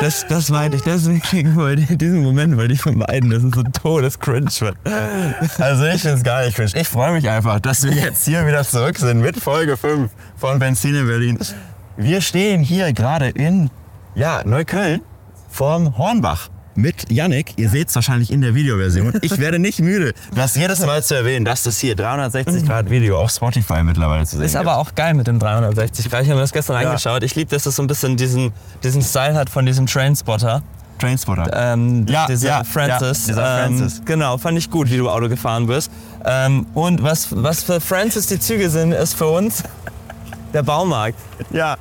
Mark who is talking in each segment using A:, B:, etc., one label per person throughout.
A: Das, das meinte ich, deswegen wollte ich diesen Moment wollte ich vermeiden. Das ist so ein Todescringe. wird. Also ich finde es gar nicht cringe. Ich freue mich einfach, dass wir jetzt hier wieder zurück sind mit Folge 5 von Benzin in Berlin. Wir stehen hier gerade in ja, Neukölln vorm Hornbach. Mit Yannick, ihr seht es wahrscheinlich in der Videoversion. Ich werde nicht müde, das jedes Mal zu erwähnen, dass das hier 360 Grad Video auf Spotify mittlerweile zu sehen
B: Ist aber auch geil mit dem 360 Grad. Ich habe mir das gestern
A: Ja.
B: angeschaut. Ich liebe, dass es so ein bisschen diesen, diesen Style hat von diesem Trainspotter.
A: gibt. Trainspotter.
B: Ähm,
A: Ja,
B: dieser
A: ja,
B: Francis.
A: ja, dieser
B: ähm,
A: Francis.
B: Genau, fand ich gut, wie du Auto gefahren bist. Ähm, und was, was für Francis die Züge sind, ist für uns der Baumarkt.
A: Ja,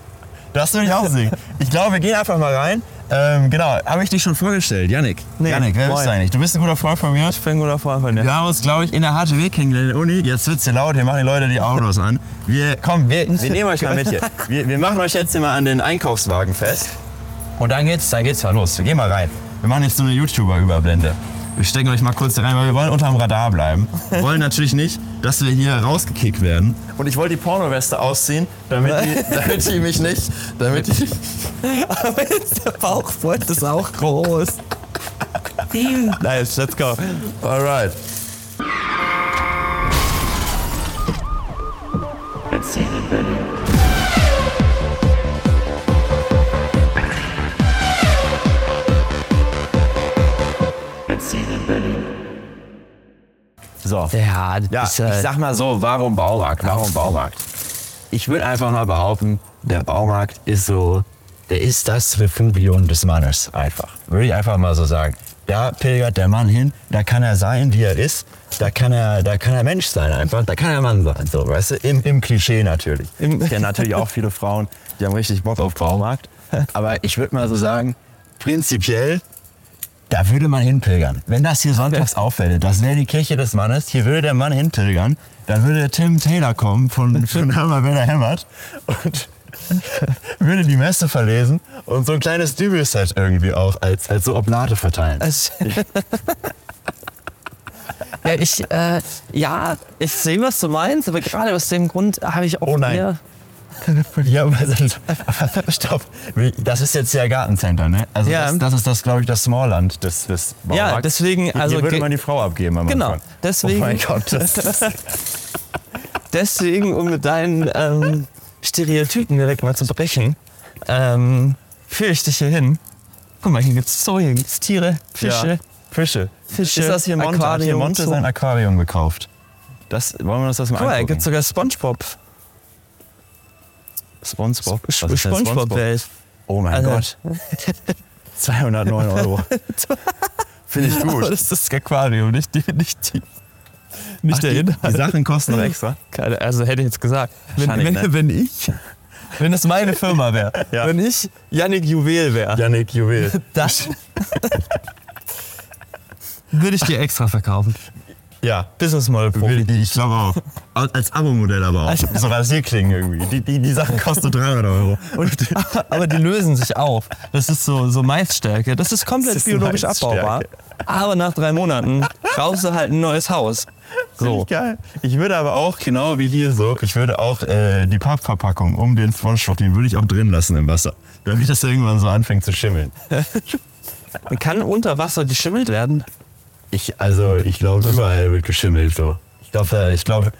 A: das will ich auch singen. Ich glaube, wir gehen einfach mal rein. Ähm, genau, habe ich dich schon vorgestellt, Yannick.
B: Nee,
A: Yannick, wer bist
B: moin.
A: du eigentlich? Du bist ein guter Freund von mir.
B: Ich bin ein guter Freund von dir.
A: Wir haben uns, glaube ich, in der HTW kennengelernt, in der Uni. Jetzt wird's hier laut, hier machen die Leute die Autos an. Wir, komm, wir, wir nehmen euch mal mit hier. Wir, wir machen euch jetzt hier mal an den Einkaufswagen fest. Und dann geht's, dann geht's mal los. Wir gehen mal rein. Wir machen jetzt so eine YouTuber-Überblende. Wir stecken euch mal kurz da rein, weil wir wollen unterm Radar bleiben. Wir wollen natürlich nicht, dass wir hier rausgekickt werden. Und ich wollte die Pornoweste ausziehen, damit die, damit die mich nicht, damit die,
B: Aber jetzt der Bauchfreund ist auch groß. nice, let's go.
A: Alright. So.
B: Ja,
A: Ja, ich
B: äh,
A: sag mal so, warum Baumarkt? Warum Baumarkt? Ich würde einfach mal behaupten, der Baumarkt ist so, der ist das Refugium des Mannes einfach. Würde ich einfach mal so sagen. Da pilgert der Mann hin, da kann er sein, wie er ist, da kann er, da kann er Mensch sein einfach, da kann er Mann sein, so, weißt du, im, im Klischee natürlich.
B: Im-
A: ich kenne natürlich auch viele Frauen, die haben richtig Bock auf Baumarkt, aber ich würde mal so sagen, prinzipiell da würde man hinpilgern. Wenn das hier sonntags auffällt, das wäre die Kirche des Mannes, hier würde der Mann hinpilgern, dann würde Tim Taylor kommen von, von Hammer, wenn er hämmert und würde die Messe verlesen und so ein kleines Dübelset irgendwie auch als, als so Oblate verteilen.
B: Es- ja, ich, äh, ja, ich sehe, was du meinst, aber gerade aus dem Grund habe ich auch
A: Oh nein.
B: hier
A: Ja, aber aber stopp. Das ist jetzt ja Gartencenter, ne? Also
B: Ja.
A: das, das ist das, glaube ich, das Smallland des, des Baumarkts.
B: Ja, deswegen, also
A: Hier würde
B: ge-
A: man die Frau abgeben am
B: Genau,
A: Anfang.
B: deswegen-
A: Oh mein Gott, das ist...
B: Deswegen, um mit deinen ähm, Stereotypen direkt mal zu brechen, ähm, führe ich dich hier hin. Guck mal, hier gibt's Zoo, hier gibt's Tiere, Fische.
A: Fische.
B: Fische,
A: Ist das hier Monte? Hat hier
B: Aquarium,
A: Monte
B: Zoo.
A: sein Aquarium gekauft. Das, wollen wir uns das mal
B: Guck mal, hier
A: angucken?
B: gibt's sogar Spongebob.
A: Spongebob. Was ist denn
B: Spongebob-Welt.
A: Oh mein
B: Also-
A: Gott. 209 Euro. Finde ich
B: Aber
A: gut.
B: das ist das Aquarium, nicht, die, nicht, die, nicht der Inhalt.
A: Sachen kosten noch extra.
B: Keine, also hätte ich jetzt gesagt. Wenn,
A: Wahrscheinlich,
B: wenn,
A: ne?
B: wenn ich, wenn das meine Firma wäre,
A: Ja.
B: wenn ich Yannick Juwel wäre,
A: Yannick Juwel.
B: das würde ich dir extra verkaufen.
A: Ja.
B: Business Model Profi.
A: Ich glaube auch. Als Abo-Modell aber auch. So Rasierklingen irgendwie. Die, die, die Sachen kosten 300 Euro.
B: Und, aber die lösen sich auf. Das ist so, so Maisstärke. Das ist komplett
A: Das ist
B: biologisch
A: Maisstärke.
B: abbaubar. Aber nach drei Monaten brauchst du halt ein neues Haus.
A: So.
B: So.
A: Geil. Ich würde aber auch, genau wie hier so, ich würde auch äh, die Pappverpackung um den Spongebob, den würde ich auch drin lassen im Wasser. Damit das irgendwann so anfängt zu schimmeln.
B: Man kann unter Wasser geschimmelt werden.
A: Ich, also, ich glaube, überall wird geschimmelt so. Ich glaube, ich glaube.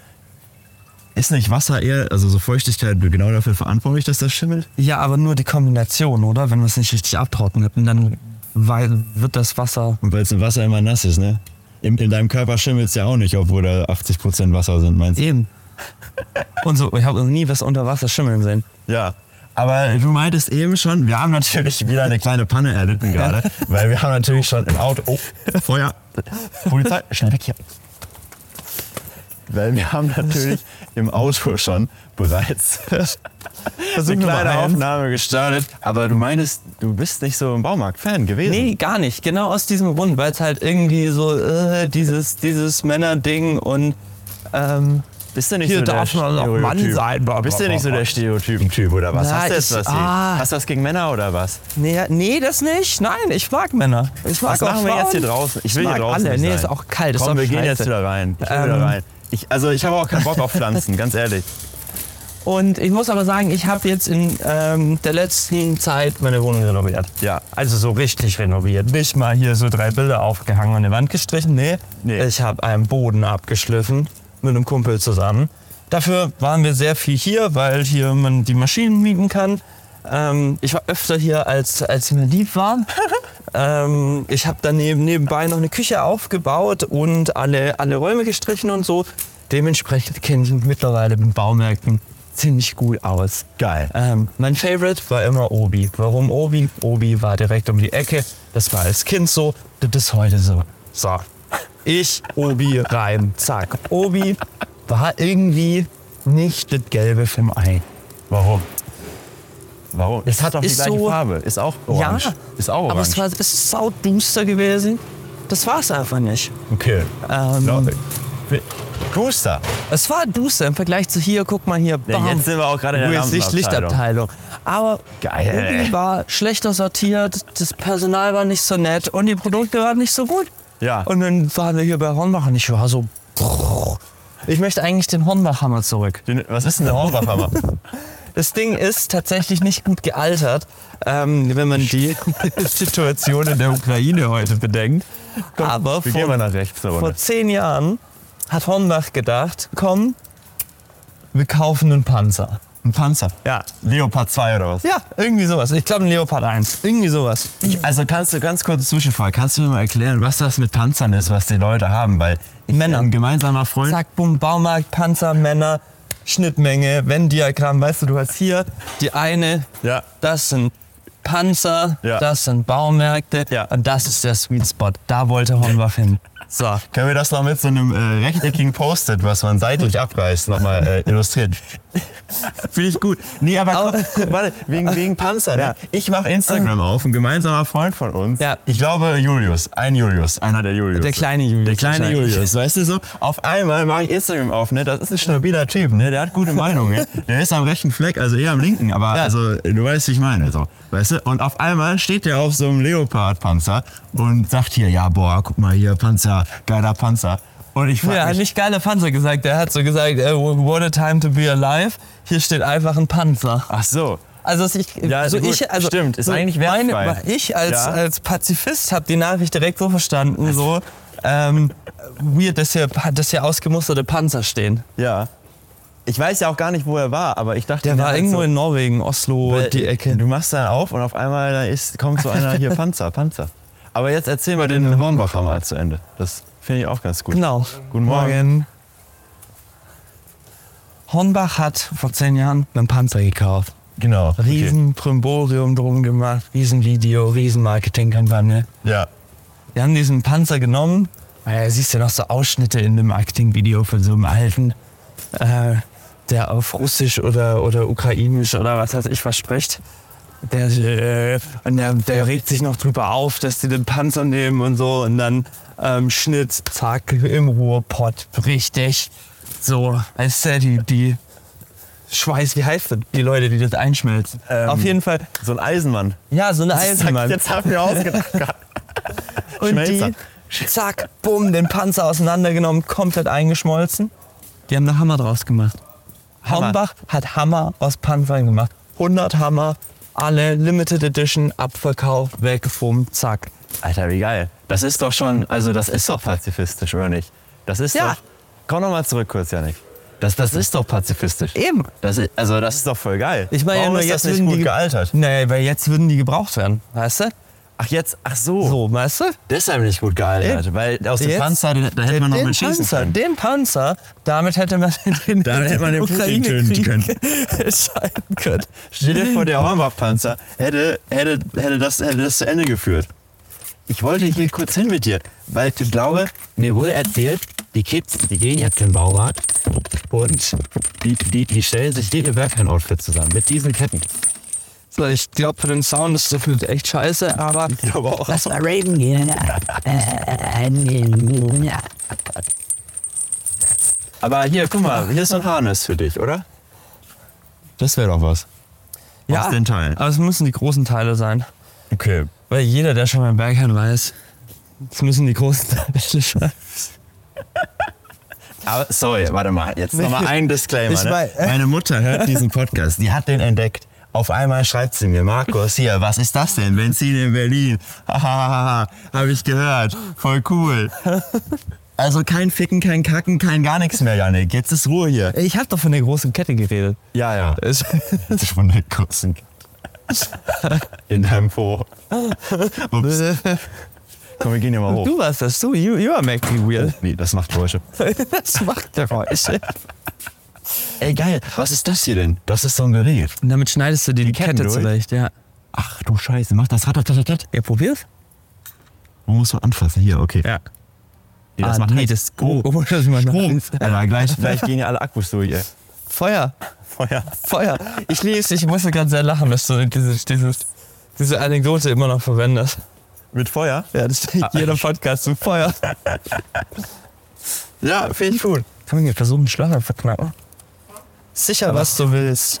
A: Ist nicht Wasser eher, also so Feuchtigkeit, genau dafür verantwortlich, dass das schimmelt?
B: Ja, aber nur die Kombination, oder? Wenn wir es nicht richtig abtrocknen, dann weil- wird das Wasser.
A: Und weil es im Wasser immer nass ist, ne? In, in deinem Körper schimmelt es ja auch nicht, obwohl da 80% Wasser sind, meinst du?
B: Eben. Und so, ich habe noch nie was unter Wasser schimmeln sehen.
A: Ja. Aber du meintest eben schon, wir haben natürlich wieder eine kleine Panne erlitten gerade, weil wir haben natürlich schon im Auto. Oh, Feuer. Polizei, schnell weg hier. Weil wir haben natürlich im Auto schon bereits eine
B: wir mal
A: kleine
B: eins.
A: Aufnahme gestartet. Aber du meinst, du bist nicht so ein Baumarkt-Fan gewesen.
B: Nee, gar nicht. Genau aus diesem Grund, weil es halt irgendwie so äh, dieses, dieses Männerding und ähm,
A: Bist du nicht
B: Hier
A: so
B: darf
A: der
B: man auch Mann
A: Stereotyp?
B: sein, bla, bla,
A: Bist du
B: bla,
A: nicht so
B: bla.
A: der Stereotypen-Typ oder was?
B: Na,
A: Hast du
B: ich-
A: jetzt was gegen?
B: ah.
A: Hast du was gegen Männer oder was?
B: Nee, nee, das nicht. Nein, ich mag Männer. Ich mag
A: Was
B: auch
A: machen wir
B: Frauen.
A: jetzt hier draußen?
B: Ich mag alle.
A: nicht
B: Nee,
A: sein.
B: ist auch kalt. ist
A: Komm,
B: doch
A: wir gehen
B: scheiße.
A: jetzt wieder rein. Ich will wieder
B: Ähm.
A: rein. Ich, also ich habe auch keinen Bock auf Pflanzen, ganz ehrlich.
B: Und ich muss aber sagen, ich habe jetzt in ähm, der letzten Zeit meine Wohnung renoviert.
A: Ja.
B: Also so richtig renoviert. Nicht mal hier so drei Bilder aufgehangen und eine Wand gestrichen. Nee.
A: Nee.
B: Ich habe einen Boden abgeschliffen mit einem Kumpel zusammen. Dafür waren wir sehr viel hier, weil hier man die Maschinen mieten kann. Ähm, ich war öfter hier, als, als mir lieb war. ähm, ich habe daneben nebenbei noch eine Küche aufgebaut und alle, alle Räume gestrichen und so. Dementsprechend kenne ich mich mittlerweile mit Baumärkten ziemlich gut aus.
A: Geil.
B: Ähm, mein Favorite war immer Obi. Warum Obi? Obi war direkt um die Ecke. Das war als Kind so, das ist heute so. So. Ich, Obi, rein, zack. Obi war irgendwie nicht das Gelbe vom Ei.
A: Warum? Warum? Es hat doch die
B: ist
A: gleiche
B: so-
A: Farbe. Ist auch orange.
B: Ja.
A: Ist auch orange.
B: Aber es war es ist sauduster gewesen. Das war es einfach nicht.
A: okay.
B: Ähm,
A: Leute. Booster.
B: Es war duster im Vergleich zu hier, guck mal hier.
A: Ja, jetzt sind wir auch gerade in der
B: Licht- Lichtabteilung. Aber
A: Geil.
B: Obi war schlechter sortiert, das Personal war nicht so nett und die Produkte waren nicht so gut.
A: Ja.
B: Und dann waren wir hier bei Hornbach und ich war so. Ich möchte eigentlich den Hornbachhammer zurück.
A: Den, ne- was ist denn der Hornbachhammer?
B: Das Ding ist tatsächlich nicht gut gealtert, ähm, wenn man die Situation in der Ukraine heute bedenkt. Aber
A: Wir gehen
B: vor-
A: mal nach rechts eine
B: vor
A: Runde.
B: zehn Jahren hat Hornbach gedacht, komm, wir kaufen einen Panzer.
A: Ein Panzer. Ja. Leopard 2 oder was?
B: Ja, irgendwie sowas. Ich glaube, ein Leopard 1. Irgendwie sowas.
A: Ich, also kannst du ganz kurze Zwischenfrage, kannst du mir mal erklären, was das mit Panzern ist, was die Leute haben? Weil ich,
B: Männer.
A: Ein gemeinsamer Freund.
B: Zack, bumm, Baumarkt, Panzer, Männer, Schnittmenge, Venn-Diagramm. Weißt du, du hast hier die eine,
A: Ja.
B: das sind Panzer,
A: Ja.
B: das sind Baumärkte
A: Ja.
B: und das ist der Sweet Spot. Da wollte Hornbach hin. So.
A: Können wir das noch mit so einem äh, rechteckigen Post-it, was man seitlich abreißt, nochmal äh, illustrieren? Finde ich gut. Nee, aber,
B: Aber-
A: guck, guck, warte, wegen, wegen Panzer. Ne?
B: Ja.
A: Ich mache Instagram auf, ein gemeinsamer Freund von uns.
B: Ja.
A: Ich glaube Julius, ein Julius, einer der Julius.
B: Der kleine Julius.
A: Der kleine
B: wahrscheinlich.
A: Julius, weißt du so? Auf einmal mache ich Instagram auf, ne? Das ist ein stabiler Typ, ne? Der hat gute Meinung, ne? Der ist am rechten Fleck, also eher am linken, aber
B: Ja.
A: also du weißt, wie ich meine, so. Weißt du? Und auf einmal steht der auf so einem Leopardpanzer und sagt hier, ja, boah, guck mal hier, Panzer, geiler Panzer. Und ich frag
B: Ja, er hat
A: mich,
B: nicht geiler Panzer gesagt. Er hat so gesagt, äh, what a time to be alive. Hier steht einfach ein Panzer.
A: ach so.
B: Also dass ich,
A: Ja,
B: so
A: gut,
B: ich, also
A: stimmt, ist
B: so
A: eigentlich
B: meine,
A: wertfrei.
B: Ich als,
A: Ja.
B: als Pazifist habe die Nachricht direkt so verstanden, so ähm, weird, dass hier, dass hier ausgemusterte Panzer stehen.
A: Ja. Ich weiß ja auch gar nicht, wo er war, aber ich dachte,
B: Der war
A: hat
B: irgendwo
A: so,
B: in Norwegen, Oslo,
A: also Weil,
B: die Ecke.
A: Du machst dann auf und auf einmal da ist, kommt so einer hier Panzer, Panzer. Aber jetzt erzähl mal den Hornbacher mal zu Ende. Das finde ich auch ganz gut.
B: Genau.
A: Guten Morgen.
B: Hornbach hat vor zehn Jahren einen Panzer gekauft.
A: Genau. okay.
B: Riesen Primborium drum gemacht, Riesenvideo, Riesenmarketingkampagne.
A: Ja.
B: Wir haben diesen Panzer genommen. Naja, du siehst ja noch so Ausschnitte in dem Marketingvideo von so einem alten, äh, der auf Russisch oder, oder Ukrainisch oder was weiß ich was spricht. Der, äh, und der, der regt sich noch drüber auf, dass die den Panzer nehmen und so. Und dann ähm, Schnitt, zack, im Ruhrpott, richtig. So, als der die, die Schweiß, wie heißt das? Die Leute, die das einschmelzen.
A: Ähm,
B: auf jeden Fall,
A: So ein Eisenmann.
B: ja, so eine Eisenmann.
A: Jetzt hab ich mir ausgedacht. gerade.
B: Und
A: Schmelzer.
B: die, zack, bumm, den Panzer auseinandergenommen, komplett eingeschmolzen. Die haben da Hammer draus gemacht.
A: Hammer.
B: Hornbach hat Hammer aus Panzern gemacht. 100 Hammer, alle Limited Edition, Abverkauf, weggefummelt, zack.
A: Alter, wie geil. Das ist doch schon, also das ist doch pazifistisch, oder nicht? Das ist
B: Ja.
A: doch. Komm nochmal zurück kurz, Janik. Das, das ist doch pazifistisch.
B: Eben.
A: Das ist, also das ist doch voll geil.
B: Ich meine,
A: Warum
B: nur
A: ist das
B: jetzt
A: nicht
B: würden
A: gut
B: die-
A: gealtert?
B: Naja, weil jetzt würden die gebraucht werden, weißt du?
A: Ach jetzt, ach so.
B: So, weißt du?
A: Deshalb nicht gut gealtert, weil aus dem
B: Jetzt-
A: Panzer, da, da hätte man noch
B: den
A: mit schießen
B: Panzer,
A: können.
B: den Panzer, damit hätte man den,
A: Damit hätte man den Putin
B: Ukraine-Krieg
A: töten
B: entscheiden können.
A: Stell dir vor, der Hornbach-Panzer hätte, hätte, hätte, das, hätte das zu Ende geführt. Ich wollte hier kurz hin mit dir, weil ich glaube, mir wurde erzählt, die Kids, die gehen jetzt in den Baumarkt und die, die, die stellen sich jede Werkheim-Outfit zusammen mit diesen Ketten.
B: So, ich glaube, für den Sound ist das echt scheiße, aber
A: glaube auch.
C: Lass mal raven gehen.
A: Aber hier, guck mal, hier ist so ein Harness für dich, oder? Das wäre doch was. Aus den Teilen.
B: Aber es müssen die großen Teile sein.
A: Okay.
B: Weil jeder, der schon beim Berghain weiß, es müssen die großen Teile sein.
A: Aber, sorry, warte mal. Jetzt nochmal ein Disclaimer.
C: Ich
A: ne?
C: mein-
A: Meine Mutter hört diesen Podcast. Die hat den entdeckt. Auf einmal schreibt sie mir, Markus, hier, was ist das denn? Benzin in Berlin. Hahaha, habe ich gehört. Voll cool. Also kein Ficken, kein Kacken, kein gar nichts mehr, Janik. Jetzt ist Ruhe hier.
B: Ich habe doch von der großen Kette geredet.
A: Ja, ja.
B: Es-
A: Das ist von der großen In deinem Po. Ups. Komm, wir gehen hier mal hoch.
B: Du warst das, du. You, you are making me weird.
A: Nee, das macht Geräusche.
B: Das macht der Geräusche.
A: Ey, geil. Was ist das hier denn? Das ist so ein Gerät.
B: Und damit schneidest du dir die,
A: Ketten
B: Kette
A: durch?
B: zurecht, ja.
A: Ach du Scheiße, mach das. Hat, hat, hat, hat.
B: Ja, probier's.
A: Man muss so anfassen. Hier, okay.
B: Ja.
A: Nee, das
B: ah,
A: macht
B: nee,
A: heiß.
B: das oh, oh, das macht
A: Strom.
B: heiß.
A: Alter, gleich, gleich gehen ja alle Akkus durch, ey.
B: Feuer.
A: Feuer.
B: Feuer. Ich lieb's, ich musste ganz sehr lachen, dass du dieses, dieses, diese Anekdote immer noch verwendest.
A: Mit Feuer?
B: Ja, das trägt jeder Podcast zu Feuer.
A: Ja, finde ich gut.
B: Kann man hier versuchen, einen Schlager verknacken? Sicher, was du willst.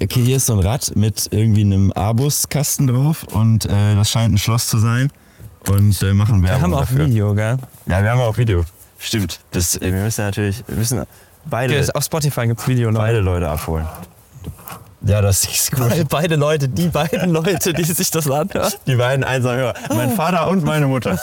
A: Okay, hier ist so ein Rad mit irgendwie einem Abus-Kasten drauf und äh, das scheint ein Schloss zu sein. Und äh, machen
B: Wir
A: Werbung
B: haben auch
A: dafür.
B: Video, gell?
A: Ja, wir haben auch Video. Stimmt. Das, äh, wir müssen natürlich, wir müssen beide,
B: Hier ist- Auf Spotify gibt's Video noch.
A: beide Leute abholen. Ja, das ist gut.
B: Weil beide Leute, die beiden Leute, die sich das anhören.
A: Die beiden einsamen Hörer. Mein Vater und meine Mutter.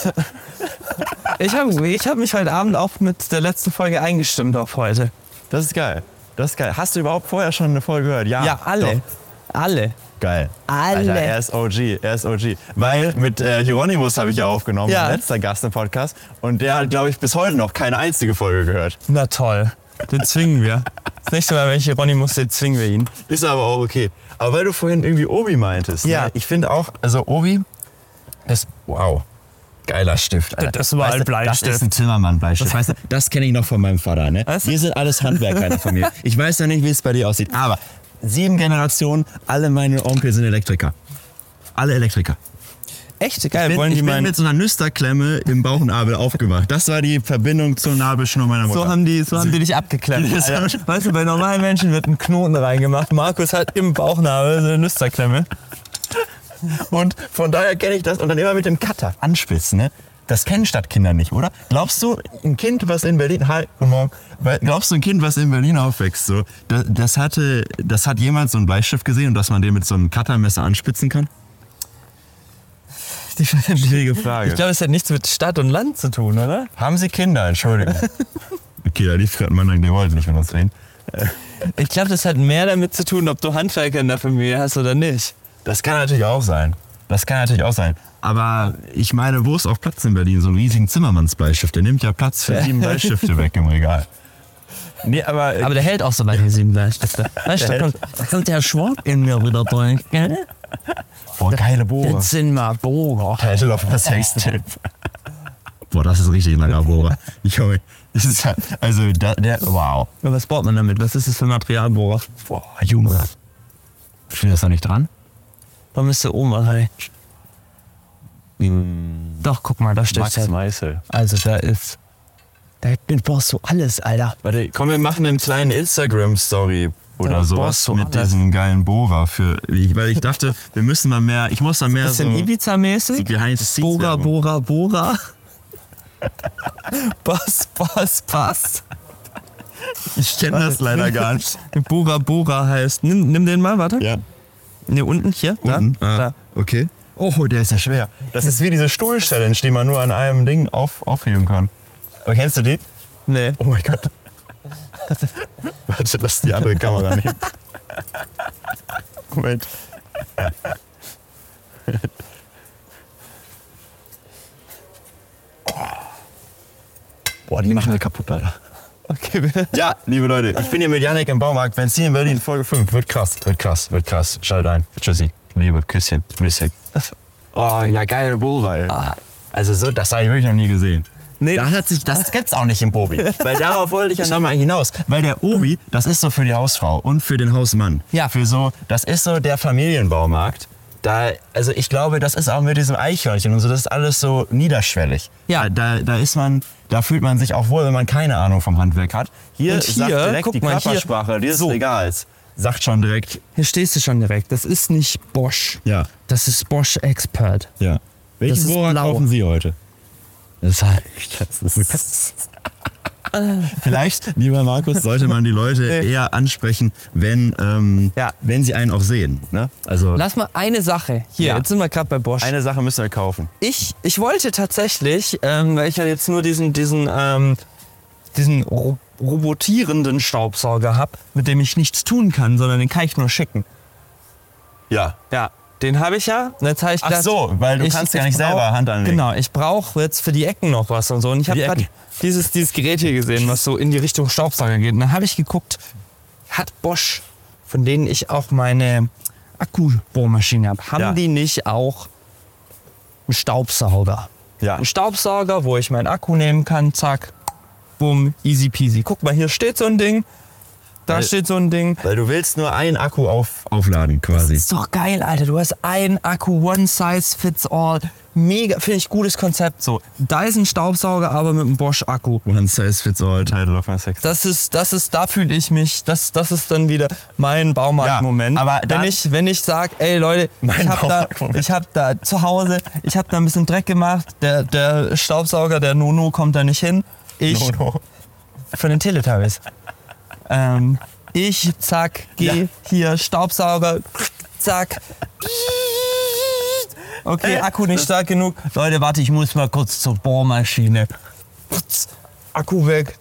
B: Ich habe ich hab mich heute Abend auch mit der letzten Folge eingestimmt auf heute.
A: Das ist geil. Das ist geil. Hast du überhaupt vorher schon eine Folge gehört? Ja,
B: Ja, alle.
A: Doch.
B: Alle.
A: Geil.
B: Alle.
A: Alter, er ist OG, er ist OG. Weil mit äh, Hieronymus habe ich ja aufgenommen,
B: Ja.
A: mein letzter Gast im Podcast. Und der hat, glaube ich, bis heute noch keine einzige Folge gehört.
B: Na toll. Den zwingen wir. Das nächste Mal, wenn ich Hieronymus sehe, zwingen wir ihn.
A: Ist aber auch okay. Aber weil du vorhin irgendwie Obi meintest.
B: Ja.
A: Ne? Ich finde auch, also Obi, das, wow. Geiler Stift. Alter.
B: Das war ein
A: du,
B: Bleistift.
A: Das ist ein Zimmermann-Bleistift. Weißt du, das kenne ich noch von meinem Vater. Ne?
B: Was?
A: Wir sind alles Handwerker in der Familie. Ich weiß ja nicht, wie es bei dir aussieht. Aber sieben Generationen, alle meine Onkel sind Elektriker. Alle Elektriker.
B: Echt? Geil.
A: bin,
B: Wollen
A: ich
B: die
A: bin
B: meinen.
A: mit so einer Nüsterklemme im Bauchnabel aufgewacht. Das war die Verbindung zur Nabelschnur meiner Mutter.
B: So haben, die, so haben die dich abgeklemmt.
A: Das haben-
B: Alter. Weißt du, bei normalen Menschen wird ein Knoten reingemacht. Markus hat im Bauchnabel so eine Nüsterklemme.
A: Und von daher kenne ich das. Und dann immer mit dem Cutter anspitzen, ne? Das kennen Stadtkinder nicht, oder? Glaubst du, ein Kind, was in Berlin, hi, guten Morgen, Weil- glaubst du, ein Kind, was in Berlin aufwächst, so, das, das hatte, das hat jemand so ein Bleistift gesehen und dass man den mit so einem Cuttermesser anspitzen kann?
B: Die Frage.
A: Schwierige Frage.
B: Ich glaube, es hat nichts mit Stadt und Land zu tun, oder?
A: haben Sie Kinder? Entschuldigung. okay, da lief gerade mein Gedanke, der wollte nicht mit uns reden.
B: Ich glaube, das hat mehr damit zu tun, ob du Handwerker in der Familie hast oder nicht.
A: Das kann natürlich auch sein. Das kann natürlich auch sein. Aber ich meine, wo ist auch Platz in Berlin? So einen riesigen Zimmermannsbleistift. Der nimmt ja Platz für sieben Bleistifte weg im Regal. Nee, aber,
B: Aber der hält auch so lange die sieben Bleistifte. Weißt du, da
A: Der
B: kommt, da kommt der Schwab in mir wieder durch, gell?
A: boah, geile Bohrer.
B: Jetzt sind wir Burger.
A: Title of the Sextape. Boah, das ist richtig ein langer Bohrer. Junge, das ist ja, also da, der, wow.
B: Und was baut man damit? Was ist das für ein Material, Burger?
A: Boah, Junge. Steht das noch nicht dran?
B: Da müsste oben was rein. Doch, guck mal, da steht halt.
A: Meißel.
B: Also da ist. Da brauchst du alles, Alter.
A: Warte, komm, wir machen einen kleinen Instagram-Story oder
B: Ja,
A: sowas
B: boah, so
A: mit
B: anders.
A: diesem geilen Bohrer für, ich- weil ich dachte, wir müssen mal mehr, ich muss mal mehr so,
B: Bisschen Ibiza-mäßig.
A: so behind the scenes
B: Bora,
A: Werbung.
B: Bora, Bora. Pass, pass, pass.
A: Ich kenne das leider gar nicht.
B: Bora, Bora heißt. Nimm, nimm den mal, warte.
A: Ja.
B: Ne, unten hier. Da,
A: Unten?
B: da.
A: Ah, okay. Oh, der ist ja schwer. Das ist wie diese Stuhl-Challenge, die man nur an einem Ding auf, aufheben kann. Aber kennst du die?
B: Nee.
A: Oh mein Gott. Warte, lass die andere Kamera nehmen. Moment. Boah, die machen wir kaputt, Alter.
B: Okay, bitte.
A: Ja, liebe Leute, ich bin hier mit Janik im Baumarkt. Benzin in Berlin, Folge 5. Wird krass, wird krass, wird krass. Schaltet ein. Tschüssi. Liebe, Küsschen, Missing. Oh, ja, geile Bullweil. Also so, das habe ich wirklich noch nie gesehen.
B: Nee.
A: Das, hat sich, das gibt's auch nicht im Obi. Weil darauf wollte ich ja nochmal hinaus. Weil der Obi, das ist so für die Hausfrau und für den Hausmann.
B: Ja.
A: Für so, das ist so der Familienbaumarkt. Da, also ich glaube, das ist auch mit diesem Eichhörnchen und so, das ist alles so niederschwellig.
B: Ja.
A: Da, da ist man, da fühlt man sich auch wohl, wenn man keine Ahnung vom Handwerk hat. Hier
B: Und
A: sagt
B: hier,
A: direkt
B: guck
A: die
B: mal, hier-
A: Körpersprache dieses
B: so.
A: Regals. Sagt schon direkt,
B: Hier stehst du schon direkt. Das ist nicht Bosch.
A: ja,
B: Das ist Bosch Expert.
A: ja.
B: ist
A: Welchen Bohrer
B: blau.
A: kaufen Sie heute?
B: Das ist halt.
A: Das ist, Vielleicht, lieber Markus, sollte man die Leute eher ansprechen, wenn, ähm,
B: Ja.
A: wenn sie einen auch sehen. Ne? Also
B: Lass mal eine Sache. Hier,
A: Ja.
B: jetzt sind wir gerade bei Bosch.
A: eine Sache müssen wir kaufen.
B: ich, ich wollte tatsächlich, ähm, weil ich ja jetzt nur diesen, diesen, ähm, diesen ro robotierenden Staubsauger habe, mit dem ich nichts tun kann, sondern den kann ich nur schicken.
A: Ja.
B: Ja, den habe ich ja. Und jetzt habe ich
A: Ach
B: gedacht,
A: so, weil du kannst ja nicht selber Hand anlegen.
B: Genau, ich brauche jetzt für die Ecken noch was und so. Und ich habe
A: die
B: gerade
A: Ecken.
B: dieses, dieses Gerät hier gesehen, was so in die Richtung Staubsauger geht. Und dann habe ich geguckt, hat Bosch, von denen ich auch meine Akkubohrmaschine habe, haben
A: Ja.
B: die nicht auch einen Staubsauger?
A: Ja.
B: Ein Staubsauger, wo ich meinen Akku nehmen kann, zack, bumm, easy peasy. Guck mal, hier steht so ein Ding, da
A: Weil-
B: steht so ein Ding.
A: Weil du willst nur einen Akku auf, aufladen quasi.
B: Ist doch geil, Alter. Du hast einen Akku, one size fits all. Mega, finde ich gutes Konzept. So, Dyson-Staubsauger, aber mit einem Bosch-Akku.
A: One size fits all, title of my sex.
B: Das ist, das ist, da fühle ich mich, das, das ist dann wieder mein Baumarkt-Moment.
A: Ja, aber
B: wenn
A: dann-
B: ich, wenn ich sage, ey Leute, ich
A: Mein
B: habe da,
A: Baumarktmoment.
B: ich hab da zu Hause, ich habe da ein bisschen Dreck gemacht, der, der Staubsauger, der Nono kommt da nicht hin. Ich,
A: Nono.
B: von den Teletubbies. ähm, ich, zack, geh
A: Ja.
B: hier, Staubsauger, zack. Okay,
A: Äh,
B: Akku nicht stark genug. Leute, warte, ich muss mal kurz zur Bohrmaschine. Akku weg,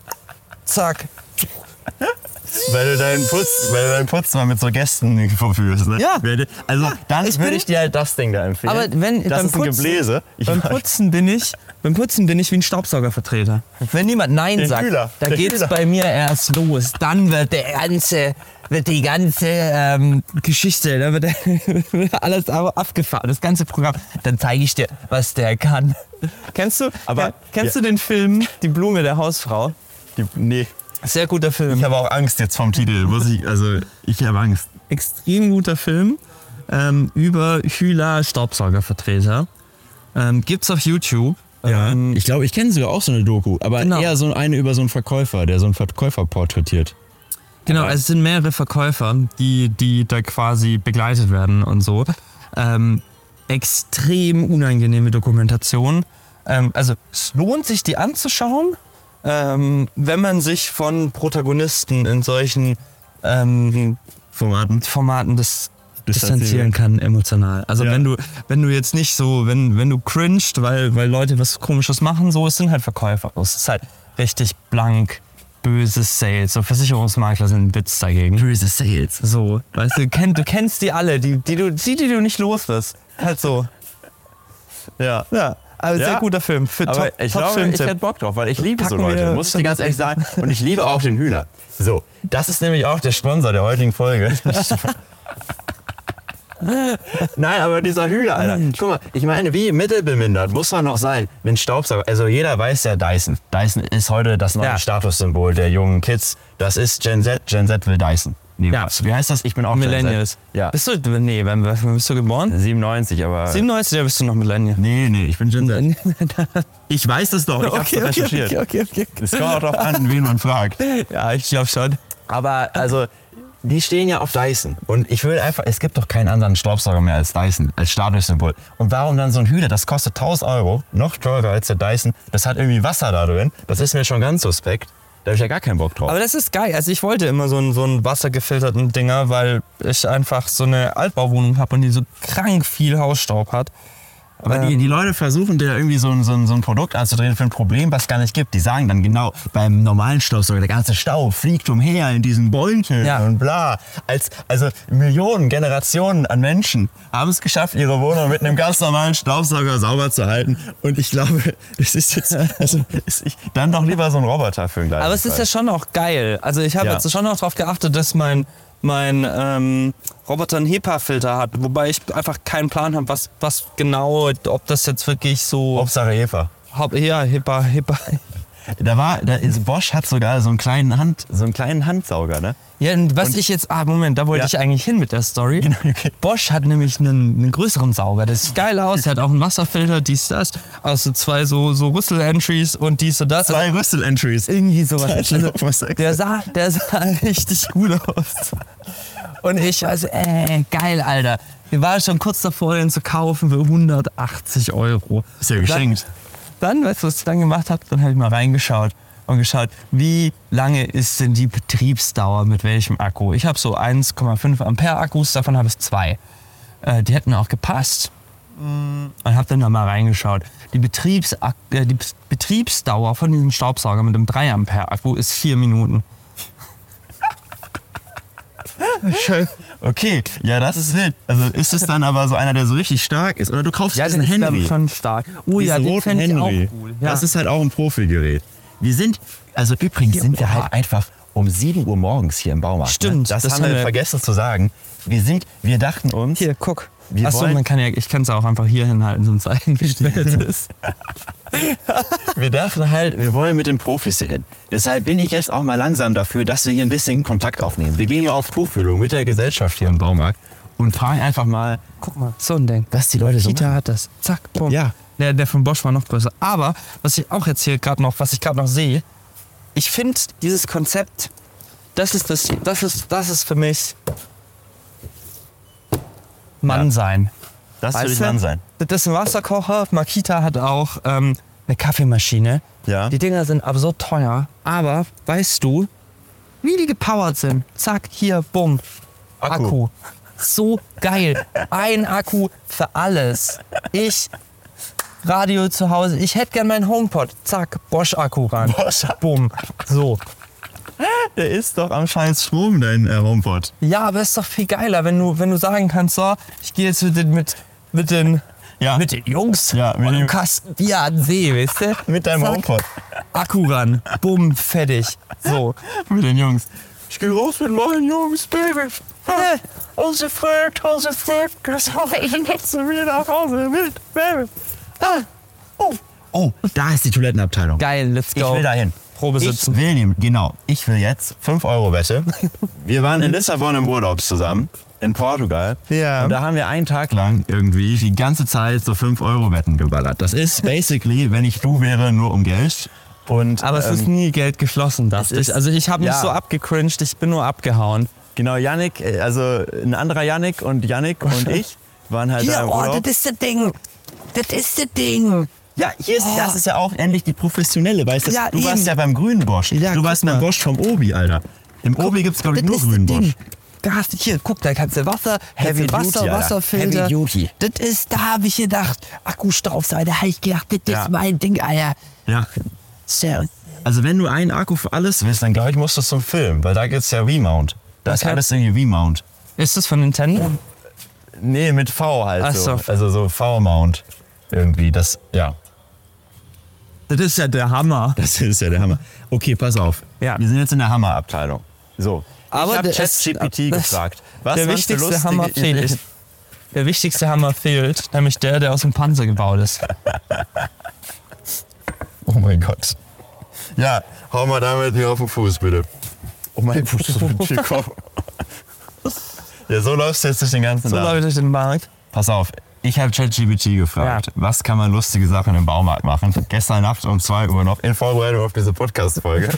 B: zack.
A: Weil du deinen Putz, weil du deinen Putz mal mit so Gästen verführst. Ne?
B: Ja.
A: Werde- Also dann
B: ich
A: würde
B: bin-
A: ich dir halt das Ding da empfehlen.
B: Aber wenn
A: das
B: beim
A: ist ein
B: Putzen-
A: Gebläse. Ich
B: beim
A: mag-
B: Putzen bin ich, beim Putzen bin ich wie ein Staubsaugervertreter. Wenn niemand Nein
A: Der
B: sagt,
A: Kühler,
B: da
A: der
B: geht's
A: Kühler.
B: bei mir erst los. Dann wird der ganze, wird die ganze ähm, Geschichte, dann wird der- alles ab- abgefahren, das ganze Programm. Dann zeige ich dir, was der kann. Kennst du?
A: Aber-
B: kennst
A: ja.
B: du den Film Die Blume der Hausfrau?
A: Die, nee,
B: Sehr guter Film.
A: ich habe auch Angst jetzt vom Titel. Muss ich, also ich habe Angst.
B: extrem guter Film ähm, über Hühler Staubsaugervertreter. Ähm, gibt's auf YouTube. Ähm,
A: ich glaube, ich kenne sogar auch so eine Doku, aber
B: Genau. eher
A: so eine über so einen Verkäufer, der so einen Verkäufer porträtiert.
B: genau, also es sind mehrere Verkäufer, die, die da quasi begleitet werden und so. Ähm, extrem unangenehme Dokumentation. Ähm, also es lohnt sich, die anzuschauen, ähm, wenn man sich von Protagonisten in solchen ähm,
A: Formaten.
B: Formaten des
A: Distanzieren.
B: distanzieren kann emotional. Also
A: Ja.
B: wenn du wenn du jetzt nicht so wenn wenn du cringed, weil weil Leute was komisches machen, so es sind halt Verkäufer. Es ist halt richtig blank böses Sales. So Versicherungsmakler sind ein Witz dagegen.
A: Böse Sales.
B: So, weißt du, kenn, du kennst die alle, die die du die, die du nicht los wirst. Halt so.
A: Ja.
B: Ja, aber
A: Ja.
B: sehr guter Film. Für
A: Aber
B: top,
A: ich
B: top
A: glaube, ich
B: Filmtipp.
A: hätte Bock drauf, weil ich liebe so
B: Packen wir-
A: Leute, muss ich dir ganz ehrlich sagen. Und ich liebe auch den Hühner. So, das ist nämlich auch der Sponsor der heutigen Folge. Nein, aber dieser Hühner, Alter. Guck mal, ich meine, wie mittelbemindert muss man noch sein, wenn Staubsauger. Also jeder weiß ja Dyson. Dyson ist heute das neue
B: Ja.
A: Statussymbol der jungen Kids. Das ist Gen Z. Gen Z will Dyson. Nee,
B: Ja.
A: was? Wie heißt das? Ich bin auch
B: Millennials.
A: Gen Z. Ja.
B: Bist du nee, wann wann bist du geboren?
A: 97, aber.
B: 97, ja, bist du noch Millennial.
A: nee, nee, ich bin Gen Z. Ich weiß das doch. Ich hab's doch recherchiert.
B: okay, okay.
A: Es kommt auch darauf an, wen man fragt.
B: Ja, ich glaube schon.
A: Aber also, die stehen ja auf Dyson. Und ich will einfach, es gibt doch keinen anderen Staubsauger mehr als Dyson, als Statussymbol. Und warum dann so ein Hühner? Das kostet 1000 Euro, noch teurer als der Dyson. Das hat irgendwie Wasser da drin. Das ist mir schon ganz suspekt. Da habe ich ja gar keinen Bock drauf.
B: Aber das ist geil. Also ich wollte immer so einen, so einen wassergefilterten Dinger, weil ich einfach so eine Altbauwohnung habe und die so krank viel Hausstaub hat.
A: Aber die, die Leute versuchen dir irgendwie so ein, so, ein, so ein Produkt anzudrehen für ein Problem, was gar nicht gibt. Die sagen dann genau, beim normalen Staubsauger, der ganze Staub fliegt umher in diesen Beuteln
B: Ja.
A: und bla. Als, also Millionen, Generationen an Menschen haben es geschafft, ihre Wohnung mit einem ganz normalen Staubsauger sauber zu halten. Und ich glaube, es ist jetzt, also ist ich, dann doch lieber so ein Roboter für einen kleinen
B: Aber es ist ja
A: Preis.
B: schon auch geil. Also ich habe
A: Ja.
B: jetzt schon auch darauf geachtet, dass mein, mein ähm, Roboter einen HEPA-Filter hat. Wobei ich einfach keinen Plan habe, was, was genau, ob das jetzt wirklich so...
A: Hauptsache Eva.
B: Haupt- Ja, HEPA, HEPA.
A: Da war, da ist, Bosch hat sogar so einen kleinen Hand, so einen kleinen Handsauger, ne?
B: Ja, und was ich jetzt... Ah, Moment, da wollte
A: Ja.
B: ich eigentlich hin mit der Story.
A: Genau, okay.
B: Bosch hat nämlich einen, einen größeren Sauger. Das sieht geil aus. Der hat auch einen Wasserfilter, dies, das. Also zwei so, so Rüssel-Entries und dies und das.
A: Zwei Rüssel-Entries.
B: Irgendwie sowas. Also,
A: Title of my sex.
B: der, sah, der sah richtig gut aus. Und ich war so, äh, geil, Alter. Wir waren schon kurz davor, den zu kaufen für 180 Euro.
A: Ist ja geschenkt.
B: Dann, weißt du, was ich dann gemacht habe? Dann habe ich mal reingeschaut. und geschaut, wie lange ist denn die Betriebsdauer mit welchem Akku. Ich habe so 1,5 Ampere Akkus, davon habe ich zwei. Äh, die hätten auch gepasst. Und habe dann da mal reingeschaut. Die, Betriebs äh, die Bet- Betriebsdauer von diesem Staubsauger mit einem 3 Ampere Akku ist 4 Minuten.
A: Okay, ja, das ist wild. Also ist es dann aber so einer, der so richtig stark ist? Oder du kaufst diesen Handy.
B: schon stark. Oh ja,
A: diesen
B: den
A: roten
B: fänd ich
A: Henry.
B: auch cool.
A: Das ist halt auch ein Profi-Gerät. Wir sind, also übrigens sind wir halt einfach um 7 Uhr morgens hier im Baumarkt.
B: Stimmt,
A: Ne? Das, haben wir vergessen zu sagen. Wir sind, wir dachten uns,
B: Hier, guck.
A: Wir
B: Achso,
A: wollen-
B: man kann ja, ich kann es auch einfach hier hinhalten, sonst eingestellt ist.
A: wir dachten halt, wir wollen mit den Profis reden. Deshalb bin ich jetzt auch mal langsam dafür, dass wir hier ein bisschen Kontakt aufnehmen. Wir gehen ja auf Tuchfühlung mit der Gesellschaft hier im Baumarkt und fragen einfach mal,
B: Guck mal, so ein Ding.
A: was die Leute so
B: Kita hat das. Zack, bumm.
A: Ja.
B: Der, der von Bosch war noch größer. Aber was ich auch jetzt hier gerade noch, was ich gerade noch sehe, ich finde dieses Konzept, das ist das, das ist, das ist für mich Mann
A: Ja.
B: sein.
A: Das
B: Weißt
A: will ich
B: du?
A: Mann sein.
B: Das ist ein Wasserkocher. Makita hat auch ähm, eine Kaffeemaschine.
A: Ja.
B: Die Dinger sind absurd teuer. Aber weißt du, wie die gepowert sind? Zack, hier, bumm.
A: Akku.
B: So geil. Ein Akku für alles. Ich, Radio zu Hause, ich hätte gern meinen HomePod. Zack, Bosch-Akku ran.
A: Bosch.
B: Bumm. So.
A: Der ist doch am scheiß Strom, dein äh, Homepod.
B: Ja, aber ist doch viel geiler, wenn du, wenn du sagen kannst, so, ich gehe jetzt mit den, mit, mit den,
A: Ja.
B: mit den Jungs
A: Ja, mit
B: und
A: dem-
B: dem Kasten Bier an den See, weißt du?
A: Mit deinem
B: Zack,
A: HomePod.
B: Akku ran, bumm, fertig. So.
A: Mit den Jungs. Ich geh raus mit meinen Jungs, Baby.
B: Äh,
A: Unser Freund, unser Freund, das habe ich letzte wieder nach Hause mit, Baby.
B: ah,
A: Oh. oh, da ist die Toilettenabteilung.
B: geil, let's
A: Ich
B: go.
A: will dahin.
B: Probe sitzen.
A: Ich will nehmen, genau. Ich will jetzt 5 Euro Wette. Wir waren in Lissabon im Urlaub zusammen, in Portugal.
B: Ja.
A: Und da haben wir einen Tag lang irgendwie die ganze Zeit so 5 Euro Wetten geballert. Das ist basically, wenn ich du wäre, nur um Geld. Und,
B: aber es
A: ähm,
B: ist nie Geld geschlossen, dachte
A: es
B: ich.
A: ist-
B: Also ich habe
A: ja.
B: nicht so abgecringed, ich bin nur abgehauen.
A: Genau, Yannick, äh, also ein anderer Yannick und Yannick und ich waren halt da im Urlaub.
B: ist oh, das Ding. Das ist das Ding.
A: Ja, hier ist, das ist ja auch endlich die professionelle, weißt du?
B: Ja,
A: du warst
B: eben.
A: ja beim grünen Bosch.
B: Ja,
A: du
B: guck
A: warst beim
B: mal.
A: Bosch vom Obi, Alter. Im Obi gibt's glaube ich
B: Das
A: nur
B: ist das
A: grünen Bosch.
B: Ding. Da hast du hier, guck, da kannst du Wasser, kannst
A: Heavy
B: du Wasser,
A: Duty, Alter.
B: Wasserfilter.
A: Heavy Duty.
B: Das ist, da habe ich gedacht, Akkustaubsauger, da habe ich gedacht, das
A: Ja.
B: ist mein Ding, Alter.
A: Ja.
B: So.
A: Also wenn du einen Akku für alles willst, dann glaube ich, musst du zum Film, weil da gibt's ja Remount. Da ist
B: Okay.
A: alles irgendwie Remount.
B: Ist das von Nintendo?
A: Nee, mit V halt
B: Ach
A: so.
B: so.
A: Also so V-Mount irgendwie, das, ja.
B: Das ist ja der Hammer.
A: Das ist ja der Hammer. Okay, pass auf.
B: Ja.
A: Wir sind jetzt in der Hammerabteilung. So.
B: Aber
A: ich habe
B: der-
A: ChatGPT
B: das-
A: gefragt.
B: der
A: waren für
B: wichtigste
A: lustige
B: Hammer
A: Ideen?
B: fehlt. Der wichtigste Hammer fehlt, nämlich der, der aus dem Panzer gebaut ist.
A: Oh mein Gott. Ja, hau mal damit hier auf den Fuß, bitte. Oh, mein Fuß ist auf den Kopf. Ja, so läufst du jetzt durch den ganzen
B: So
A: Tag.
B: läuft durch den Markt.
A: Pass auf, ich habe ChatGPT gefragt,
B: Ja.
A: was kann man lustige Sachen im Baumarkt machen? Gestern Nacht um 2 Uhr noch in Vorbereitung auf diese Podcast-Folge.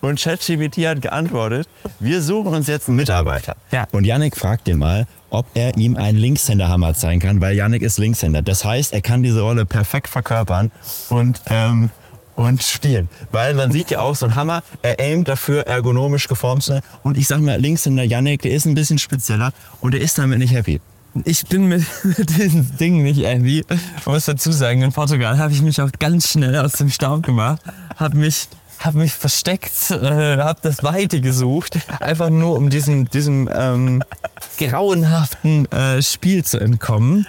A: Und ChatGPT hat geantwortet, wir suchen uns jetzt einen Mitarbeiter.
B: Ja.
A: Und Yannick fragt den mal, ob er ihm einen Linkshänderhammer zeigen kann, weil Yannick ist Linkshänder. Das heißt, er kann diese Rolle perfekt verkörpern und, ähm, und spielen. Weil man sieht ja auch so einen Hammer, er aimt dafür, ergonomisch geformt zu sein. Und ich sag mal, Linkshänder Yannick, der ist ein bisschen spezieller und der ist damit nicht happy.
B: Ich bin mit, mit diesem Ding nicht irgendwie. Man muss dazu sagen, in Portugal habe ich mich auch ganz schnell aus dem Staub gemacht, habe mich, hab mich versteckt, äh, habe das Weite gesucht, einfach nur um diesem, diesem ähm, grauenhaften äh, Spiel zu entkommen.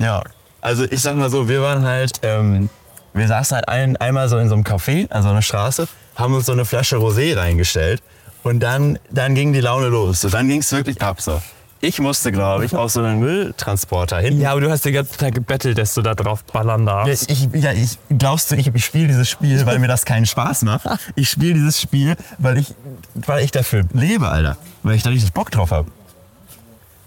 A: Ja, also ich sag mal so, wir waren halt, ähm, wir saßen halt ein, einmal so in so einem Café an so einer Straße, haben uns so eine Flasche Rosé reingestellt und dann, dann ging die Laune los. So, dann ging's wirklich ab so. Ich musste, glaube ich, auf so einen Mülltransporter hin.
B: Ja, aber du hast den ganzen Tag gebettelt, dass du da drauf ballern darfst.
A: Ich, ich, ja, ich, glaubst du, ich, ich spiele dieses Spiel, weil mir das keinen Spaß macht? Ich spiele dieses Spiel, weil ich, weil ich dafür lebe, Alter. Weil ich da richtig Bock drauf habe.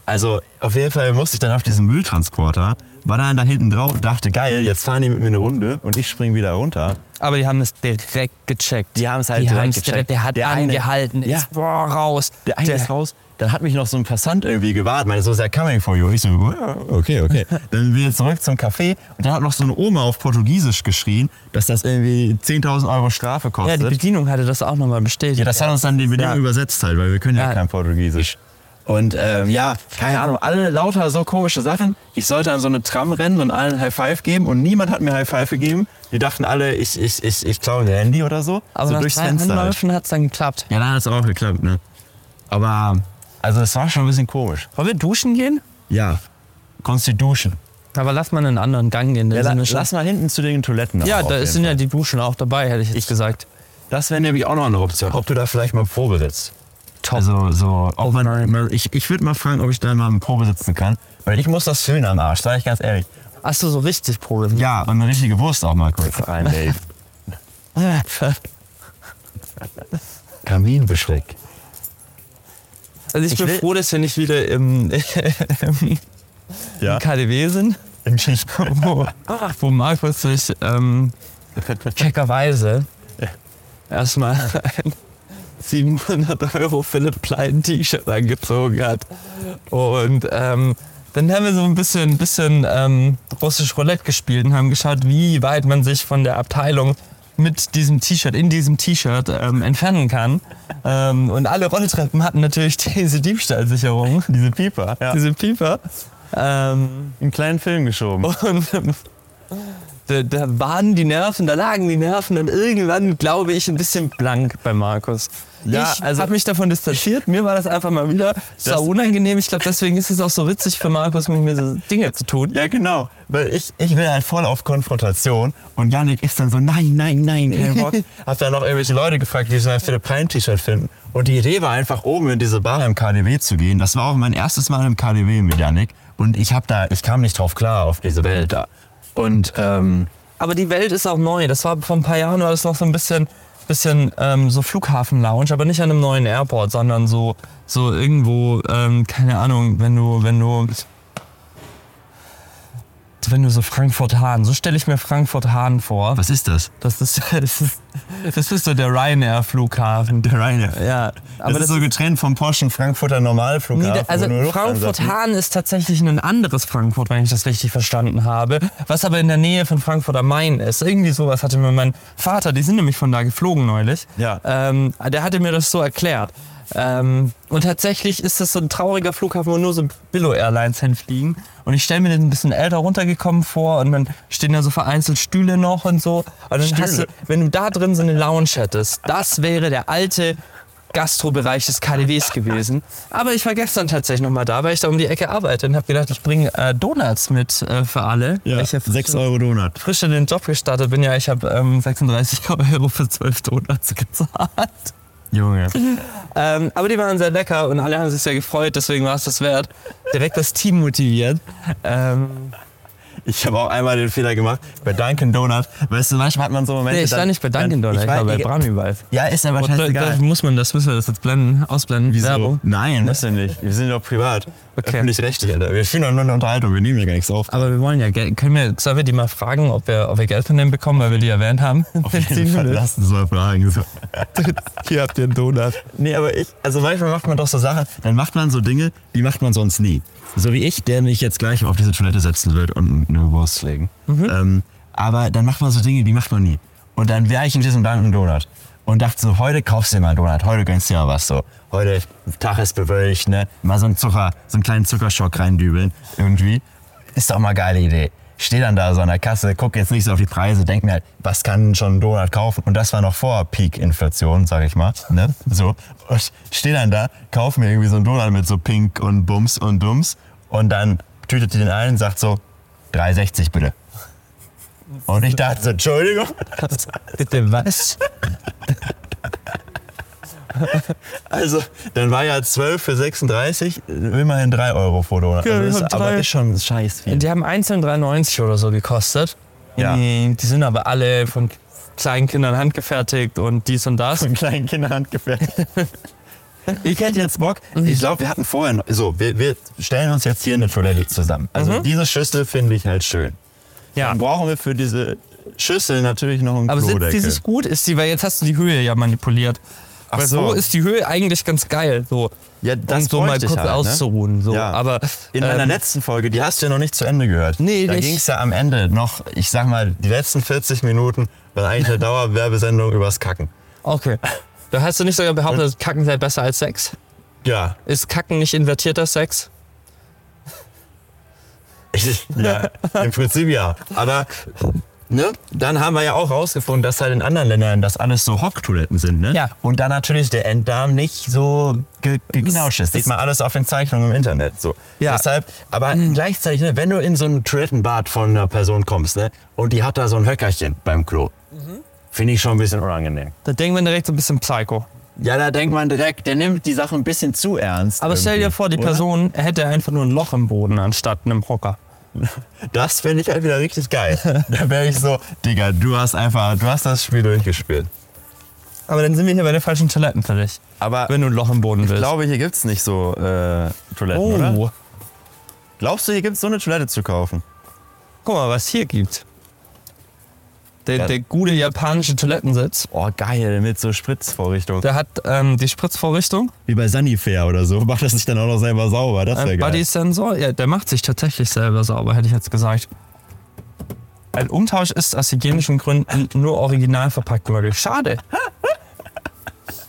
A: Also, auf jeden Fall musste ich dann auf diesen Mülltransporter, war dann da hinten drauf und dachte, geil, jetzt fahren die mit mir eine Runde und ich springe wieder runter.
B: Aber die haben es direkt gecheckt.
A: Die haben es halt
B: Die
A: direkt
B: haben's
A: gecheckt.
B: direkt- Der hat
A: Der eine-
B: angehalten,
A: Ja.
B: ist boah, raus.
A: Der eine ist raus, Dann hat mich noch so ein Passant irgendwie gewartet, meinte so, ist ja coming for you. Ich so, ja, okay, okay. Dann bin ich zurück zum Café und dann hat noch so eine Oma auf Portugiesisch geschrien, dass das irgendwie 10.000 Euro Strafe
B: Ja,
A: kostet.
B: die Bedienung hatte das auch nochmal bestätigt.
A: Ja, das hat uns dann die Bedienung
B: Ja.
A: übersetzt halt, weil wir können ja,
B: Ja.
A: kein Portugiesisch. Und ähm, ja, keine Ahnung, alle lauter so komische Sachen. Ich sollte an so eine Tram rennen und allen High Five geben und niemand hat mir High Five gegeben. Die dachten alle, ich, ich, ich, ich klaue ihr Handy oder so.
B: Aber
A: so
B: nach
A: durchs
B: drei
A: Fenster. halt.
B: Anläufen hat es dann geklappt.
A: Ja, da hat es auch geklappt, ne? Aber, also es war schon ein bisschen komisch.
B: Wollen wir duschen gehen?
A: Ja. Constitution.
B: Aber lass mal einen anderen Gang gehen.
A: Ja,
B: dann
A: la,
B: sind wir schon-
A: lass mal hinten zu den Toiletten.
B: ja
A: aber auf
B: da
A: jeden
B: sind
A: Fall.
B: ja die Duschen auch dabei, hätte ich jetzt gesagt.
A: Das wäre nämlich auch noch eine Option. Ob du da vielleicht mal Probe sitzt.
B: Top.
A: Also so, ob man, mal- ich, ich würde mal fragen, ob ich da mal im Probe sitzen kann. Weil ich muss das fühlen am Arsch, sag ich ganz ehrlich.
B: Hast du so richtig Probleme?
A: Ja, und eine richtige Wurst auch mal kurz rein, Dave.
B: Also
A: Kaminbesteck.
B: Also ich,
A: Ich
B: bin
A: will-
B: froh, dass wir nicht wieder im, im
A: Ja.
B: KDW sind,
A: Oh.
B: wo, wo Markus sich ähm, keckerweise erstmal ein 700 Euro Philipp Plein T-Shirt angezogen hat. Und ähm, dann haben wir so ein bisschen, bisschen ähm, russisch Roulette gespielt und haben geschaut, wie weit man sich von der Abteilung mit diesem T-Shirt, in diesem T-Shirt ähm, entfernen kann. Ähm, und alle Rolltreppen hatten natürlich diese Diebstahlsicherung,
A: Diese Pieper. Ja.
B: diese Pieper. Ähm,
A: Einen kleinen Film geschoben.
B: und ähm, da, da waren die Nerven, da lagen die Nerven und irgendwann, glaube ich, ein bisschen blank bei Markus.
A: Ja,
B: ich
A: also-
B: habe mich davon distanziert. Mir war das einfach mal wieder so
A: Das-
B: unangenehm. Ich glaube, deswegen ist es auch so witzig für Markus, mit mir so Dinge zu tun.
A: Ja, genau. Weil ich, ich will halt voll auf Konfrontation. Und Janik ist dann so, nein, nein, nein. kein Bock. Hab dann noch irgendwelche Leute gefragt, die so ein Philipp Hein T-Shirt finden. Und die Idee war einfach, oben in diese Bar im KDW zu gehen. Das war auch mein erstes Mal im KDW mit Janik. Und ich hab da, ich kam nicht drauf klar auf diese Welt da. Und ähm,
B: Aber die Welt ist auch neu. Das war vor ein paar Jahren war das noch so ein bisschen, bisschen ähm, so Flughafen-Lounge, aber nicht an einem neuen Airport, sondern so, so irgendwo, ähm, keine Ahnung, wenn du, wenn du. Wenn du so Frankfurt-Hahn, so stelle ich mir Frankfurt-Hahn vor.
A: was ist das?
B: Das ist, das ist, das ist so der Ryanair-Flughafen.
A: Der Ryanair.
B: Ja,
A: Aber das, ist so getrennt vom Porsche Frankfurter Normalflughafen.
B: Nee, da- also
A: wo nur Lufthansa
B: Frankfurt-Hahn ist tatsächlich ein anderes Frankfurt, wenn ich das richtig verstanden habe, was aber in der Nähe von Frankfurt am Main ist. Irgendwie sowas hatte mir mein Vater, die sind nämlich von da geflogen neulich,
A: Ja.
B: ähm, der hatte mir das so erklärt. Ähm, und tatsächlich ist das so ein trauriger Flughafen, wo nur so Billo-Airlines hinfliegen. Und ich stelle mir den ein bisschen älter runtergekommen vor und dann stehen da so vereinzelt Stühle noch und so. Und dann hast du,
A: Stühle?
B: wenn du da drin so eine Lounge hättest, das wäre der alte Gastrobereich des KDWs gewesen. Aber ich war gestern tatsächlich noch mal da, weil ich da um die Ecke arbeite und habe gedacht, ich bringe äh, Donuts mit äh, für alle.
A: Ja,
B: Weil Ich ja frisch,
A: 6 Euro Donut.
B: frisch in den Job gestartet bin. Ja, ich habe ähm, 36 Euro für 12 Donuts gezahlt.
A: Junge.
B: Ähm, aber die waren sehr lecker und alle haben sich sehr gefreut, deswegen war es das wert. Direkt das Team motiviert. Ähm,
A: Ich habe auch einmal den Fehler gemacht bei Dunkin' Donut. Weißt du, manchmal hat man so Momente.
B: nee, ich war
A: dann-
B: nicht bei Dunkin'
A: dann-
B: Donuts, ich war bei Bramiwald.
A: Ja, ist aber
B: Und da, da
A: scheißegal.
B: muss man das, müssen wir das jetzt blenden, ausblenden. Werbung.
A: Nein, müssen wir nicht. Wir sind doch privat.
B: Okay. Ah,
A: Öffentlich-rechtlich, Alter. Wir führen doch nur eine Unterhaltung. Wir nehmen ja gar nichts auf.
B: Aber wir wollen ja Geld. Können wir, sollen wir die mal fragen, ob wir, ob wir Geld von denen bekommen, weil wir die erwähnt haben?
A: Auf jeden Fall, lass uns mal fragen. So.
B: Hier habt ihr einen Donut.
A: Nee, aber ich, also manchmal macht man doch so Sachen, dann macht man so Dinge, die macht man sonst nie. So wie ich, der mich jetzt gleich auf diese Toilette setzen wird und eine Wurst legen. Ähm, aber dann macht man so Dinge, die macht man nie. Und dann wäre ich in diesem Dunkin' Donut und dachte so, heute kaufst du dir mal einen Donut, heute gönnst du dir mal was so. Heute, Tag ist bewölkt, ne? Mal so einen Zucker, so einen kleinen Zuckerschock reindübeln irgendwie. Ist doch mal eine geile Idee. Stehe dann da so an der Kasse, guck jetzt nicht so auf die Preise, denk mir halt, was kann schon ein Donut kaufen? Und das war noch vor Peak-Inflation, sag ich mal. Ne? So. Und stehe dann da, kauf mir irgendwie so einen Donut mit so Pink und Bums und Dums. Und dann tütet die den ein und sagt so, 3,60 bitte. Und ich dachte so, Entschuldigung.
B: Bitte was?
A: Also, dann war ja 12 für 36, immerhin 3 Euro pro Donut.
B: Ja, wir
A: also,
B: haben
A: ist, aber
B: drei.
A: ist schon scheiß viel.
B: Die haben einzeln 3,90 oder so gekostet.
A: Ja.
B: Die, die sind aber alle von kleinen Kindern handgefertigt und dies und das.
A: von kleinen Kinderhand gefährdet. Ich hätte jetzt Bock. Ich glaube, wir hatten vorher noch. So, wir, wir stellen uns jetzt hier eine Toilette zusammen. Also
B: Mhm.
A: diese Schüssel finde ich halt schön.
B: Ja.
A: Dann brauchen wir für diese Schüssel natürlich noch einen
B: Aber sitzt
A: Klodeckel.
B: dieses gut? Ist die, weil jetzt hast du die Höhe ja manipuliert.
A: Ach
B: Weil
A: so.
B: so ist die Höhe eigentlich ganz geil. So.
A: Ja, das
B: um so mal
A: bräuchte ich
B: kurz
A: halt, ne?
B: auszuruhen. So.
A: Ja.
B: Aber
A: In meiner
B: ähm,
A: letzten Folge, die hast du ja noch nicht zu Ende gehört.
B: Nee,
A: da
B: nicht.
A: ging es ja am Ende noch, ich sag mal, die letzten 40 Minuten waren eigentlich eine Dauerwerbesendung übers Kacken.
B: Okay. Da hast du nicht sogar
A: Äh.
B: behauptet, Kacken sei besser als Sex?
A: Ja.
B: Ist Kacken nicht invertierter Sex?
A: Ich, ja, im Prinzip ja. Aber ne, dann haben wir ja auch rausgefunden, dass halt in anderen Ländern das alles so Hocktoiletten sind, ne?
B: Ja.
A: Und dann natürlich der Enddarm nicht so ge geknauscht ist. Sieht man alles auf den Zeichnungen im Internet. So.
B: Ja. Mhm.
A: Deshalb, aber gleichzeitig, ne, wenn du in so ein Toilettenbad von einer Person kommst, ne, und die hat da so ein Höckerchen beim Klo,
B: Mhm.
A: finde ich schon ein bisschen unangenehm.
B: Da denkt man direkt so ein bisschen Psycho.
A: Ja, da denkt man direkt, der nimmt die Sache ein bisschen zu ernst.
B: Aber stell dir
A: irgendwie,
B: vor, die
A: oder?
B: Person hätte einfach nur ein Loch im Boden anstatt einem Hocker.
A: Das fände ich halt wieder richtig geil. Da wäre ich so, Digga, du hast einfach, du hast das Spiel durchgespielt.
B: Aber dann sind wir hier bei den falschen Toiletten für dich.
A: Aber
B: Wenn du ein Loch im Boden
A: ich
B: willst.
A: glaube, hier gibt's nicht so äh, Toiletten,
B: oh,
A: oder? Glaubst du, hier gibt's so eine Toilette zu kaufen?
B: guck mal, was hier gibt. Der,
A: Ja.
B: der gute japanische Toilettensitz,
A: Oh, geil, mit so Spritzvorrichtung.
B: der hat ähm, die Spritzvorrichtung,
A: Wie bei Sunnyfair oder so. Macht das sich dann auch noch selber sauber. Das wäre
B: einen
A: geil.
B: ähm, Body-Sensor. Ja, der macht sich tatsächlich selber sauber, hätte ich jetzt gesagt. Ein Umtausch ist aus hygienischen Gründen nur original verpackt möglich. Schade.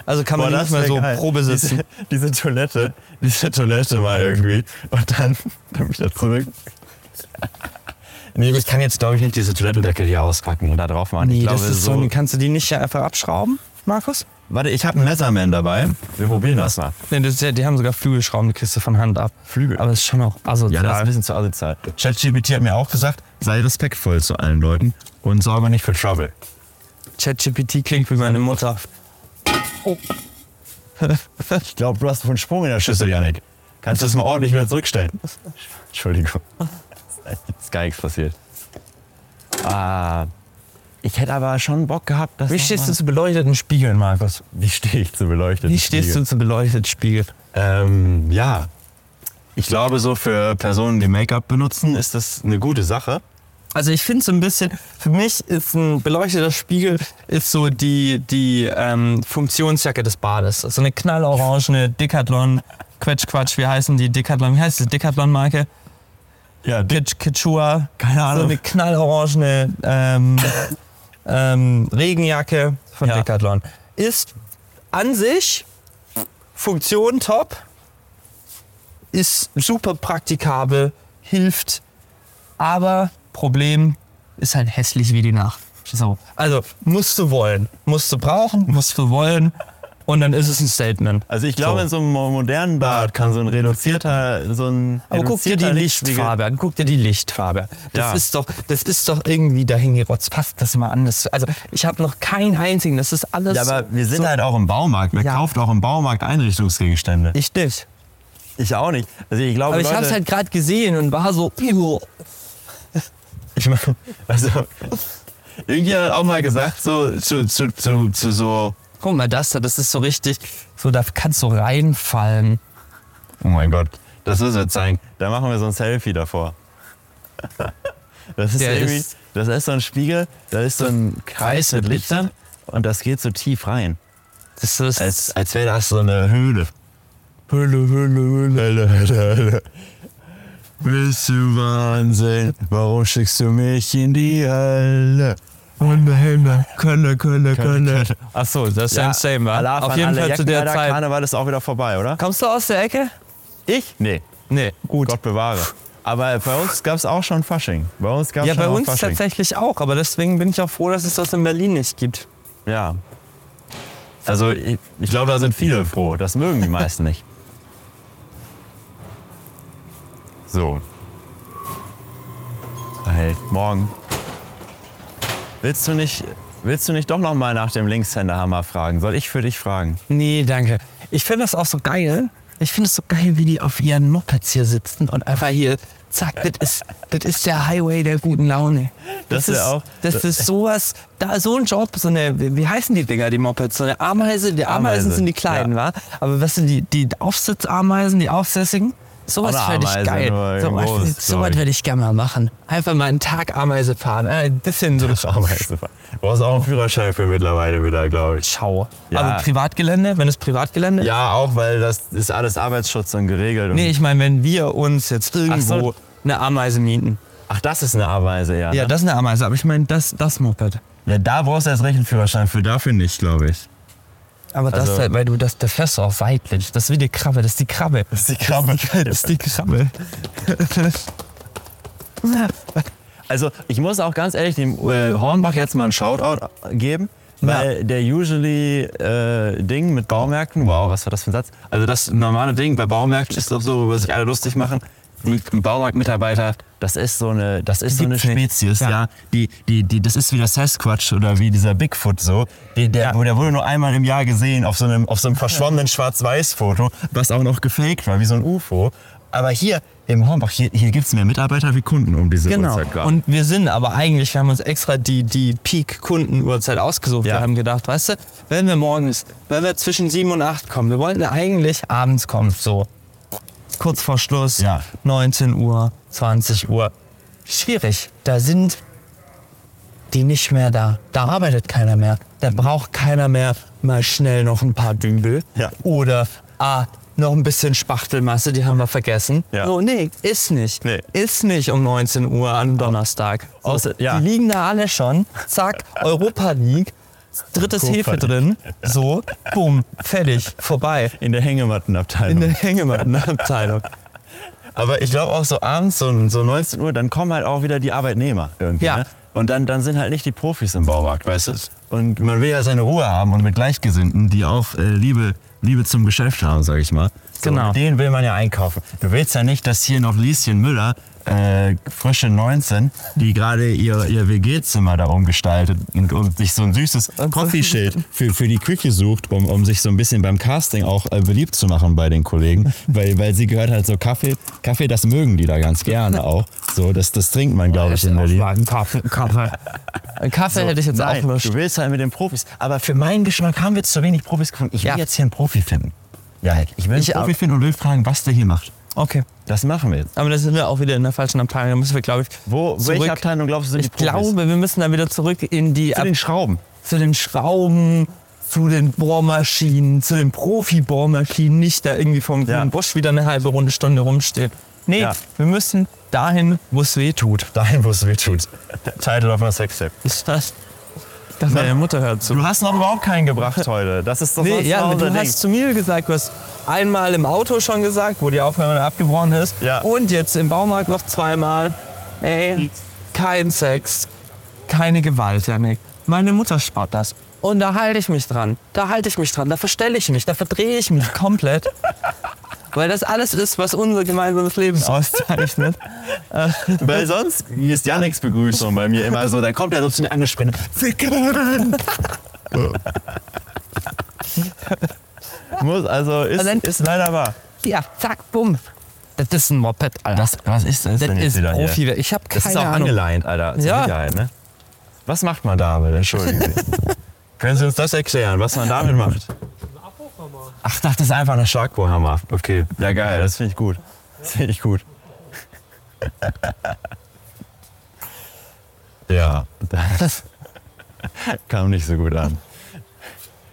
B: Also kann man nicht mehr
A: wär
B: so
A: geil.
B: probesitzen. Ah,
A: Diese, diese Toilette, diese Toilette mal irgendwie. Und dann, dann wieder zurück. Nee, ich kann jetzt, glaube ich, nicht diese Toilettendeckel hier auspacken und da drauf machen. ich
B: Nee,
A: glaube,
B: das ist so, ein- kannst du die nicht hier einfach abschrauben, Markus?
A: Warte, ich habe einen Messerman dabei. Wir probieren das mal.
B: Nee, das ist ja, die haben sogar Flügelschrauben, die kriegst du von Hand ab.
A: Flügel?
B: Aber ist schon auch
A: Ja,
B: asozial.
A: das ist ein bisschen zu asozial. ChatGPT hat mir auch gesagt, sei respektvoll zu allen Leuten und sorge nicht für Trouble.
B: ChatGPT klingt wie meine Mutter.
A: Ich glaube, du hast einen Sprung in der Schüssel, Janik. Kannst du das mal ordentlich wieder zurückstellen? Entschuldigung. Das ist gar nichts passiert. Ah, ich hätte aber schon Bock gehabt, dass.
B: Wie stehst du zu beleuchteten Spiegeln, Markus?
A: Wie stehe ich zu beleuchteten
B: Wie stehst du zu beleuchteten Spiegeln?
A: Ähm, ja. Ich glaube, so für Personen, die Make-up benutzen, ist das eine gute Sache.
B: Also ich finde so ein bisschen, für mich ist ein beleuchteter Spiegel ist so die, die ähm, Funktionsjacke des Bades. So eine knallorangene Decathlon, Quetsch, Quatsch, wie heißen die Decathlon, wie heißt die Decathlon-Marke?
A: Ja,
B: Kitsch, Kitschua,
A: Keine
B: so eine knallorangene ähm, ähm, Regenjacke von
A: Ja.
B: Decathlon. Ist an sich Funktion top, ist super praktikabel, hilft, aber Problem ist halt hässlich wie die Nacht. So. Also musst du wollen, musst du brauchen, musst du wollen und dann ist es ein Statement.
A: Also ich glaube,
B: So.
A: in so einem mo- modernen Bad kann so ein reduzierter, so ein
B: Aber guck dir die
A: reduzierter
B: Lichtfarbe an, guck dir die Lichtfarbe. Das
A: Ja.
B: ist doch, das ist doch irgendwie dahingerotzt. Passt das mal anders? Also ich habe noch keinen einzigen. Das ist alles.
A: Ja, aber wir sind halt auch im Baumarkt. Wer
B: Ja.
A: kauft auch im Baumarkt Einrichtungsgegenstände?
B: ich nicht.
A: Ich auch nicht. Also ich glaube,
B: Aber ich
A: Leute,
B: habe es halt gerade gesehen und war so. "Ew."
A: ich mein, also irgendjemand hat auch mal gesagt, so zu, zu, zu, zu so,
B: Guck mal, das da, das ist so richtig. So da kannst du reinfallen.
A: oh mein Gott, das ist jetzt sein. Da machen wir so ein Selfie davor. Das ist
B: Der
A: irgendwie,
B: ist-
A: das ist so ein Spiegel, da ist so ein Kreis mit Lichtern und das geht so tief rein.
B: Das ist
A: Als, als wäre das so eine Höhle.
B: Hölle, Hölle, Hölle.
A: Hölle, Hölle, Hölle. Bist du Wahnsinn? Warum schickst du mich in die Hölle?
B: Hunde, Hunde, Kölle, Kölle,
A: Kölle.
B: Ach so, das ist ja ein Statement.
A: Allah
B: Auf
A: an
B: jeden
A: alle
B: Fall zu der
A: Jackenleider,
B: Zeit.
A: Karneval ist auch wieder vorbei, oder?
B: Kommst du aus der Ecke?
A: Ich? Nee.
B: Nee, gut.
A: Gott bewahre. Aber bei uns gab es auch schon Fasching. Bei uns gab es
B: Ja,
A: schon
B: bei
A: auch
B: uns
A: Fasching.
B: tatsächlich auch, aber deswegen bin ich auch froh, dass es das in Berlin nicht gibt.
A: Ja. Also ich, ich glaube, da sind viele froh. Das mögen die meisten nicht. So. Halt, morgen. Willst du nicht, willst du nicht doch noch mal nach dem Linkshänderhammer fragen? Soll ich für dich fragen?
B: Nee, danke. Ich finde das auch so geil. Ich finde es so geil, wie die auf ihren Mopeds hier sitzen und einfach hier, zack, das ist, das ist der Highway der guten Laune.
A: Das wär
B: ist
A: auch-
B: Das ist sowas, da so ein Job, so eine, wie wie heißen die Dinger, die Mopeds? So eine Ameise, die Ameisen
A: Ameise,
B: sind die kleinen,
A: ja.
B: wa? Aber was sind die, die Aufsitzameisen, die Aufsässigen? Sowas
A: Oder
B: fände
A: Ameise,
B: ich geil.
A: nur
B: So was-
A: groß, glaub
B: Sowas
A: ich.
B: würde ich gerne mal machen. Einfach mal einen Tag Ameise fahren. Äh, Ein bisschen so.
A: Ameise. Du brauchst auch einen Führerschein für mittlerweile wieder, glaube ich.
B: Schau.
A: Ja.
B: Aber Privatgelände, wenn es Privatgelände
A: Ja, auch, weil das ist alles Arbeitsschutz und geregelt. Und
B: Nee, ich meine, wenn wir uns jetzt irgendwo
A: so.
B: eine Ameise mieten.
A: Ach, das ist eine Ameise, ja.
B: Ja,
A: ne?
B: das ist eine Ameise, aber ich meine, das, das Moped.
A: ja da brauchst du erst recht einen Führerschein für, dafür nicht, glaube ich.
B: Aber das
A: Also-
B: halt, weil du das, da fährst du auch weitlich. Das ist wie die Krabbe, das ist die Krabbe.
A: Das ist die Krabbe.
B: Das ist die Krabbe.
A: Also ich muss auch ganz ehrlich dem äh, Hornbach jetzt mal einen Shoutout geben, weil der usually äh, Ding mit Baumärkten, wow, was war das für ein Satz? Also das normale Ding bei Baumärkten ist doch so, wo sich alle lustig machen. Die Baumarktmitarbeiter, das ist so eine, das ist so eine
B: Gibt's nicht.
A: Spezies,
B: Ja.
A: ja. Die, die, die, das ist wie der Sasquatch oder wie dieser Bigfoot so. Die, der,
B: Ja.
A: der wurde nur einmal im Jahr gesehen auf so einem, auf so einem verschwommenen Schwarz-Weiß-Foto, was auch noch gefaked war, wie so ein UFO. Aber hier im Hornbach, hier, hier gibt es mehr Mitarbeiter wie Kunden um diese
B: Genau.
A: Uhrzeit gerade.
B: Und wir sind aber eigentlich, wir haben uns extra die, die Peak-Kunden-Uhrzeit ausgesucht.
A: Ja.
B: Wir haben gedacht, weißt du, wenn wir morgens, wenn wir zwischen 7 und 8 kommen, wir wollten eigentlich abends kommen, so kurz vor Schluss,
A: Ja.
B: 19 Uhr, 20 Uhr. Schwierig. Da sind die nicht mehr da. Da arbeitet keiner mehr.
A: Mhm.
B: Da braucht keiner mehr mal schnell noch ein paar Dübel.
A: Ja.
B: Oder ah, noch ein bisschen Spachtelmasse, die haben wir vergessen.
A: Ja.
B: So, nee, ist nicht.
A: Nee.
B: Ist nicht um 19 Uhr an Donnerstag. So,
A: Außer- ja.
B: Die liegen da alle schon. Zack, Europa League. Drittes
A: Europa
B: Hefe
A: League.
B: drin. So, bumm, fertig, vorbei.
A: In der Hängemattenabteilung.
B: In der ne, Hängemattenabteilung.
A: Aber ich glaube auch so abends, so, so 19 Uhr, dann kommen halt auch wieder die Arbeitnehmer irgendwie.
B: Ja.
A: Ne? Und dann, dann sind halt nicht die Profis im Baumarkt, weißt du? Und man will ja seine Ruhe haben und mit Gleichgesinnten, die auch äh, Liebe, Liebe zum Geschäft haben, sag ich mal. So,
B: Genau.
A: Mit denen will man ja einkaufen. Du willst ja nicht, dass hier noch Lieschen Müller, äh, frische 19, die gerade ihr, ihr WG-Zimmer da umgestaltet und, und sich so ein süßes Coffeeschild für, für die Küche sucht, um, um sich so ein bisschen beim Casting auch äh, beliebt zu machen bei den Kollegen. Weil, weil sie gehört halt so Kaffee, Kaffee, das mögen die da ganz gerne auch. So, das, das trinkt man, glaube ich, in Berlin.
B: Ein Kaffee. Kaffee, Einen Kaffee hätte ich jetzt
A: Nein,
B: auch Lust.
A: du willst halt mit den Profis. Aber für meinen Geschmack haben wir zu wenig Profis gefunden. Ich will
B: Ja.
A: jetzt hier einen Profi finden. Ja, ich will einen
B: Ich auch.
A: Profi finden und will fragen, was der hier macht.
B: Okay.
A: Das machen wir jetzt.
B: Aber da sind wir auch wieder in der falschen Abteilung. Da müssen wir, glaube ich,
A: Wo, welche Abteilung glaubst du sind
B: Ich
A: die Profis?
B: glaube, wir müssen dann wieder zurück in die
A: zu den Schrauben.
B: zu den Schrauben, zu den Bohrmaschinen, zu den Profi-Bohrmaschinen, nicht da irgendwie vom
A: Ja.
B: grünen Busch wieder eine halbe Runde Stunde rumstehen. Nee,
A: Ja.
B: wir müssen dahin, wo es weh tut.
A: Dahin, wo es weh tut. Title of my sex tape.
B: Ist das? Das meine Mutter hört zu.
A: Du hast noch überhaupt keinen gebracht heute. Das ist doch
B: Nee,
A: sonst
B: ja,
A: noch
B: du
A: unser Ding.
B: hast zu mir gesagt, du hast einmal im Auto schon gesagt, wo die Aufnahme abgebrochen ist.
A: Ja.
B: Und jetzt im Baumarkt noch zweimal. Ey, kein Sex, keine Gewalt, Janik. Meine Mutter spart das. Und da halte ich mich dran. Da halte ich mich dran. Da verstelle ich mich. Da verdrehe ich mich komplett. Weil das alles ist, was unser gemeinsames Leben auszeichnet.
A: Weil sonst ist Janiks Begrüßung bei mir immer so. Da kommt er so zu mir angesprintet. Ficken! Muss, also ist,
B: dann-
A: ist leider wahr.
B: Ja, zack, bumm. Das ist ein Moped, Alter.
A: Das, was ist das,
B: Das
A: denn jetzt
B: ist
A: wieder
B: Profi.
A: hier?
B: Ich habe
A: Das
B: keine
A: ist auch
B: Ahnung.
A: angeleint, Alter. Zur
B: Ja.
A: Sicherheit, ne? Was macht man damit? Entschuldigen Sie. Können Sie uns das erklären, was man damit macht? Ach, ich dachte, das ist einfach eine Schlagbohrhammer. Okay, ja geil, das finde ich gut. Das finde ich gut. ja, das kam nicht so gut an.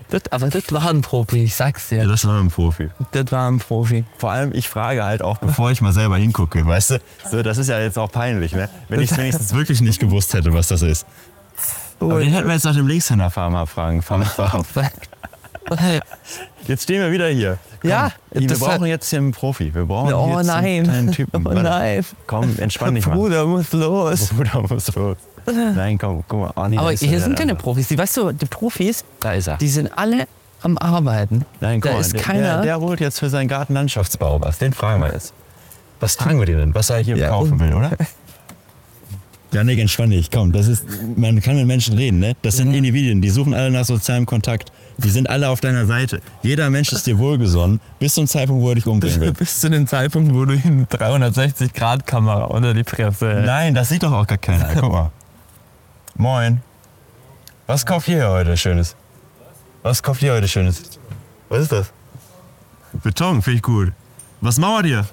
B: Das, aber das war ein Profi, ich sag's dir.
A: das war ein Profi.
B: Das war ein Profi.
A: Vor allem, ich frage halt auch, bevor ich mal selber hingucke, weißt du? So, das ist ja jetzt auch peinlich, ne? Wenn ich wenigstens wirklich nicht gewusst hätte, was das ist. Aber den hätten wir jetzt nach dem Linkshänder-Farmer fragen. Farmer, Farmer. Jetzt stehen wir wieder hier. Komm,
B: Ja,
A: wir
B: das hat-
A: brauchen jetzt hier einen Profi. Wir brauchen
B: Oh
A: jetzt
B: nein.
A: einen kleinen Typen.
B: Oh
A: Warte.
B: nein.
A: Komm, entspann dich mal.
B: Bruder, muss los.
A: Bruder muss los. Nein, komm, guck mal. Oh, nee,
B: Aber
A: da ist
B: hier
A: er
B: sind keine
A: einfach.
B: Profis. Die, weißt du, die Profis,
A: Da ist er.
B: die sind alle am Arbeiten.
A: Nein, guck
B: da
A: mal,
B: ist
A: der-
B: keiner.
A: Der, der holt jetzt für seinen Garten Landschaftsbau was. Den fragen wir jetzt. Was fragen wir den denn? Was er hier
B: Ja.
A: kaufen will, oder? Janik, entspann dich, komm. Das ist, man kann mit Menschen reden, ne? Das sind Individuen, die suchen alle nach sozialem Kontakt. Die sind alle auf deiner Seite. Jeder Mensch ist dir wohlgesonnen, bis zum Zeitpunkt, wo er dich umbringen will.
B: bis zu dem Zeitpunkt, wo du ihn 360-Grad-Kamera unter die Presse.
A: Nein, das sieht doch auch gar keiner. Guck mal. Moin. Was kauft ihr heute Schönes? Was kauft ihr heute Schönes? Was ist das? Beton, finde ich gut. Was mauert ihr?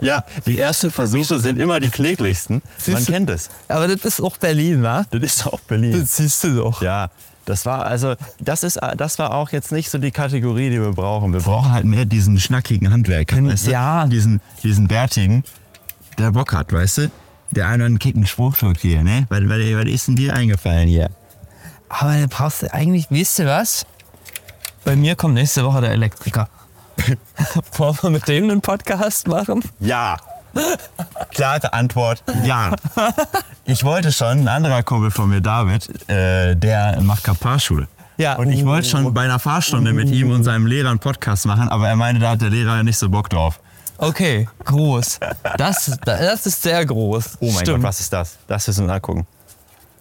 A: Ja, die ersten Versuche sind immer die kläglichsten. Man
B: Siehst du?
A: kennt es.
B: Aber das ist auch Berlin, wa?
A: Das ist auch Berlin.
B: Das siehst du doch.
A: Ja, das war also, das ist, das war auch jetzt nicht so die Kategorie, die wir brauchen. Wir brauchen halt mehr diesen schnackigen Handwerker, weißt du?
B: ja.
A: Diesen, diesen bärtigen, der Bock hat, weißt du? Der eine einen kicken Spruch drückt hier, ne? Was, was, was ist denn dir eingefallen hier?
B: Aber da brauchst du eigentlich, wisst ihr was? Bei mir kommt nächste Woche der Elektriker. Wollen wir mit dem einen Podcast machen?
A: Ja. Klare Antwort, ja. Ich wollte schon, ein anderer Kumpel von mir, David, äh, der macht gerade Fahrschule.
B: Ja.
A: Und ich wollte schon bei einer Fahrstunde mit ihm und seinem Lehrer einen Podcast machen, aber er meinte, da hat der Lehrer nicht so Bock drauf.
B: Okay, groß. Das, das ist sehr groß.
A: Oh mein
B: Stimmt.
A: Gott, was ist das? Das müssen wir angucken.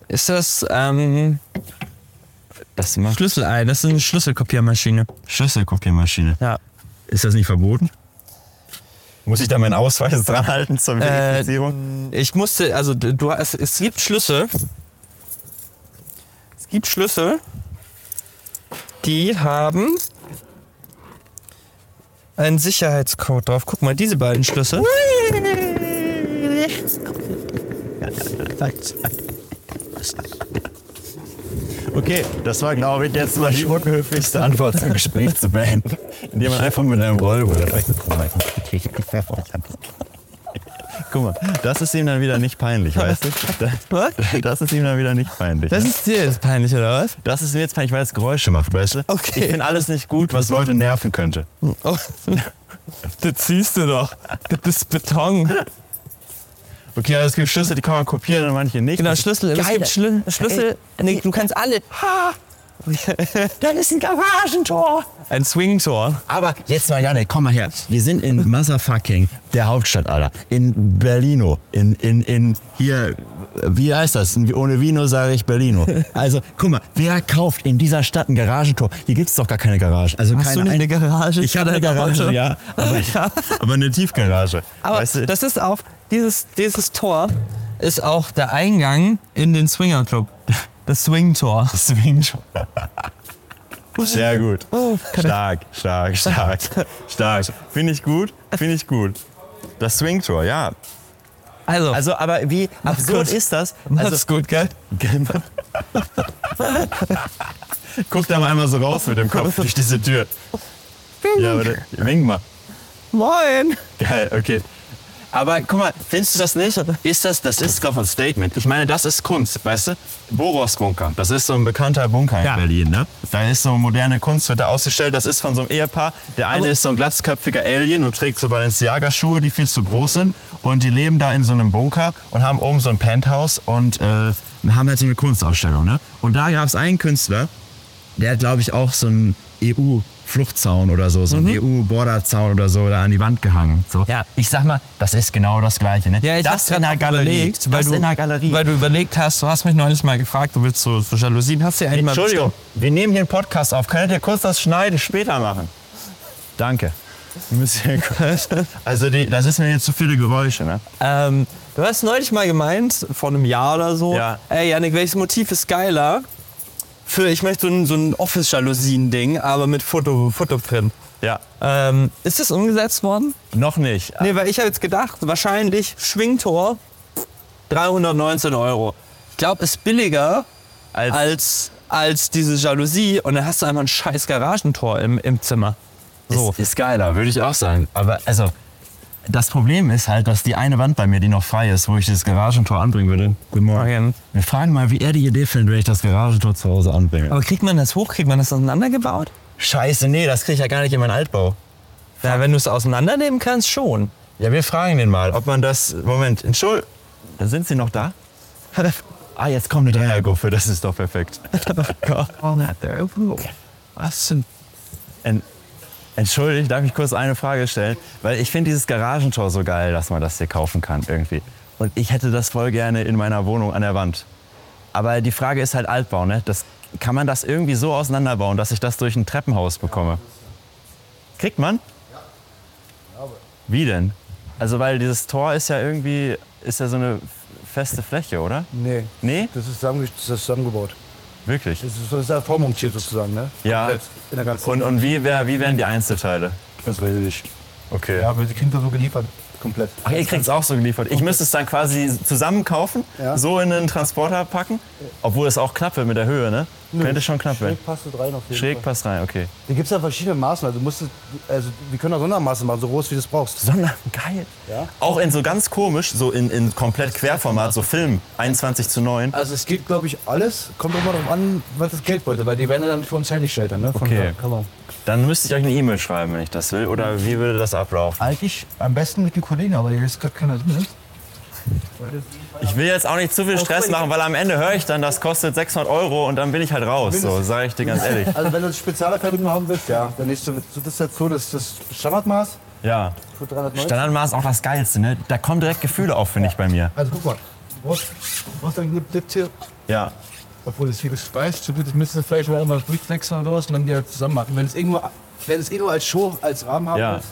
B: Ist das ähm,
A: Das macht
B: Schlüssel ein? Das ist eine Schlüsselkopiermaschine.
A: Schlüsselkopiermaschine.
B: Ja.
A: Ist das nicht verboten? Muss ich da meinen Ausweis dran halten zur
B: Äh,
A: Verifizierung?
B: Ich musste, also d- du hast, es gibt Schlüssel. Es gibt Schlüssel, die haben einen Sicherheitscode drauf. Guck mal, diese beiden Schlüssel.
A: Okay, das war, glaube ich, jetzt mal die unhöflichste Antwort zum Gespräch zu beenden, indem man einfach mit einem Rollhuber Guck mal, das ist ihm dann wieder nicht peinlich, weißt du?
B: Was?
A: Das ist ihm dann wieder nicht peinlich. ne?
B: Das ist dir jetzt peinlich, oder was?
A: Das ist mir jetzt peinlich, weil es Geräusche macht, weißt du?
B: Okay.
A: Ich finde alles nicht gut, was Leute nerven könnte.
B: Oh. Das siehst du doch. Das ist Beton.
A: Okay, also es gibt Schlüssel, die kann man kopieren und manche nicht.
B: Genau, Schlüssel. Es
A: Geil.
B: gibt Schlü- Schlüssel. Nee, du kannst alle. Ha! Dann ist ein Garagentor. Ein Swingtor.
A: Aber jetzt mal, Janik, komm mal her. Wir sind in Motherfucking, der Hauptstadt, Alter. In Berlino. In, in, in, hier, wie heißt das? Ohne Vino sage ich Berlino. Also, guck mal, wer kauft in dieser Stadt ein Garagentor? Hier gibt's doch gar keine Garage. Also
B: Hast
A: keine
B: du nicht eine Garage?
A: Ich hatte eine Garage, ja. Aber,
B: Ja.
A: aber eine Tiefgarage.
B: Aber
A: weißt du,
B: das ist auch, dieses, dieses Tor ist auch der Eingang in den Swinger Club. Das Swing-Tor.
A: Swing-Tor. Sehr gut.
B: Oh, kann-
A: Stark, stark, stark, stark. Finde ich gut, finde ich gut. Das Swing-Tor, ja.
B: Also,
A: Also, aber wie absurd
B: gut.
A: ist das? Also
B: macht's gut, gell?
A: Guck da mal einmal so raus mit dem Kopf durch diese Tür. Ja, aber da- wink mal.
B: Moin!
A: Geil, okay. Aber guck mal, findest du das nicht? Ist das, das ist doch ein Statement. Ich meine, das ist Kunst, weißt du? Boros Bunker, das ist so ein bekannter Bunker in
B: Ja.
A: Berlin, ne? Da ist so moderne Kunst, wird da ausgestellt. Das ist von so einem Ehepaar. Der eine ist so ein glatzköpfiger Alien und trägt so Balenciaga-Schuhe, die viel zu groß sind. Und die leben da in so einem Bunker und haben oben so ein Penthouse und äh, haben halt so eine Kunstausstellung, ne? Und da gab es einen Künstler, der hat, glaube ich, auch so einen EU-Fluchtzaun oder so, so einen EU-Borderzaun oder so da an die Wand gehangen. So.
B: Ja.
A: Mhm. Ich sag mal, das ist genau das Gleiche. Ne?
B: Ja, ich
A: das
B: hab's
A: in der
B: grad
A: Galerie.
B: Überlegt, weil
A: das
B: du,
A: in der Galerie.
B: Weil du überlegt hast, du hast mich neulich mal gefragt, du willst so, so Jalousien. Hast du ja einmal.
A: Entschuldigung, wir nehmen hier einen Podcast auf. Könntet ihr kurz das Schneiden später machen? Danke. Wir müssen hier kurz- Also die, das ist mir jetzt zu viele Geräusche, ne?
B: Ähm, du hast neulich mal gemeint, vor einem Jahr oder so,
A: Ja.
B: ey Janik, welches Motiv ist geiler? Für, ich möchte so ein, so ein Office-Jalousien-Ding, aber mit Foto, Fotoprint.
A: Ja.
B: Ähm, ist das umgesetzt worden?
A: Noch nicht.
B: Nee, weil ich habe jetzt gedacht, wahrscheinlich Schwingtor 319 Euro. Ich glaube, ist billiger
A: Als-
B: als, als, diese Jalousie und dann hast du einfach ein scheiß Garagentor im, im Zimmer. So.
A: Ist, ist geiler, würde ich auch sagen. Aber also, das Problem ist halt, dass die eine Wand bei mir, die noch frei ist, wo ich das Garagentor anbringen würde. Guten
B: Morgen.
A: Wir fragen mal, wie er die Idee findet, wenn ich das Garagentor zu Hause anbringe.
B: Aber kriegt man das hoch? Kriegt man das auseinandergebaut?
A: Scheiße, nee, das kriege ich ja gar nicht in meinen Altbau.
B: Ja, wenn du es auseinandernehmen kannst, schon.
A: Ja, wir fragen den mal, ob man das. Moment, Entschuldigung. Da sind sie noch da? ah, jetzt kommt eine Dreiergruppe, das Oh ist doch perfekt.
B: Was denn?
A: Ent, Entschuldigt, darf ich kurz eine Frage stellen? Weil ich finde dieses Garagentor so geil, dass man das hier kaufen kann irgendwie. Und ich hätte das voll gerne in meiner Wohnung an der Wand. Aber die Frage ist halt Altbau, ne? Das, kann man das irgendwie so auseinanderbauen, dass ich das durch ein Treppenhaus bekomme? Kriegt man? Wie denn? Also weil dieses Tor ist ja irgendwie, ist ja so eine feste Fläche, oder?
C: Nee.
A: Nee?
C: Das ist, zusammenge- das ist zusammengebaut.
A: Wirklich?
C: Das ist, das ist ja vormontiert sozusagen, ne?
A: Ja.
C: Komplett In der ganzen
A: Und, und wie, wär, wie wären die Einzelteile?
C: Das weiß ich nicht.
D: Okay.
C: Ja, wir die Kinder so geliefert. Komplett.
A: Ach, ihr kriegt es auch so geliefert. Ich müsste es dann quasi zusammen kaufen,
C: Ja.
A: so in einen Transporter packen, obwohl es auch knapp wird mit der Höhe, ne? Könnte schon knapp werden.
C: Schräg passt es rein auf jeden
A: Schräg
C: Fall.
A: passt rein, okay.
C: Da gibt es ja verschiedene Maßen. Also, du musst, also wir können auch Sondermaßen machen, so groß wie du es brauchst.
A: Sonder, geil.
C: Ja.
A: Auch in so ganz komisch, so in, in komplett Querformat, so Film, 21 zu 9.
C: Also es geht, glaube ich, alles. Kommt auch mal drauf an, was das Geld wollte, weil die werden ja dann für uns hergestellt. Dann, ne? Von
A: Okay.
C: der Kamera.
A: Dann müsste ich euch eine E-Mail schreiben, wenn ich das will. Oder wie würde das ablaufen?
C: Eigentlich am besten mit den Kollegen, aber hier ist gerade keiner drin.
A: Ich will jetzt auch nicht zu viel Stress machen, weil am Ende höre Oh, ich dann, das kostet 600 Euro und dann bin ich halt raus. So, sage ich dir ganz ehrlich.
C: Also wenn du Spezialerfertigung haben willst, ja, dann nimmst du das ist jetzt so das, das Standardmaß
A: Ja.
C: für 390.
A: Standardmaß auch das Geilste, ne? Da kommen direkt Gefühle auf, finde ich, bei mir.
C: also guck mal, du brauchst, du brauchst einen Lip- Dip-Tier,
A: Ja.
C: obwohl das viel gespeist wird, das müsstest du vielleicht mal irgendwas durchknacksen oder was und dann die halt zusammen machen. Wenn es irgendwo, wenn es eh nur als Show, als Rahmen haben
A: Ja.
C: willst.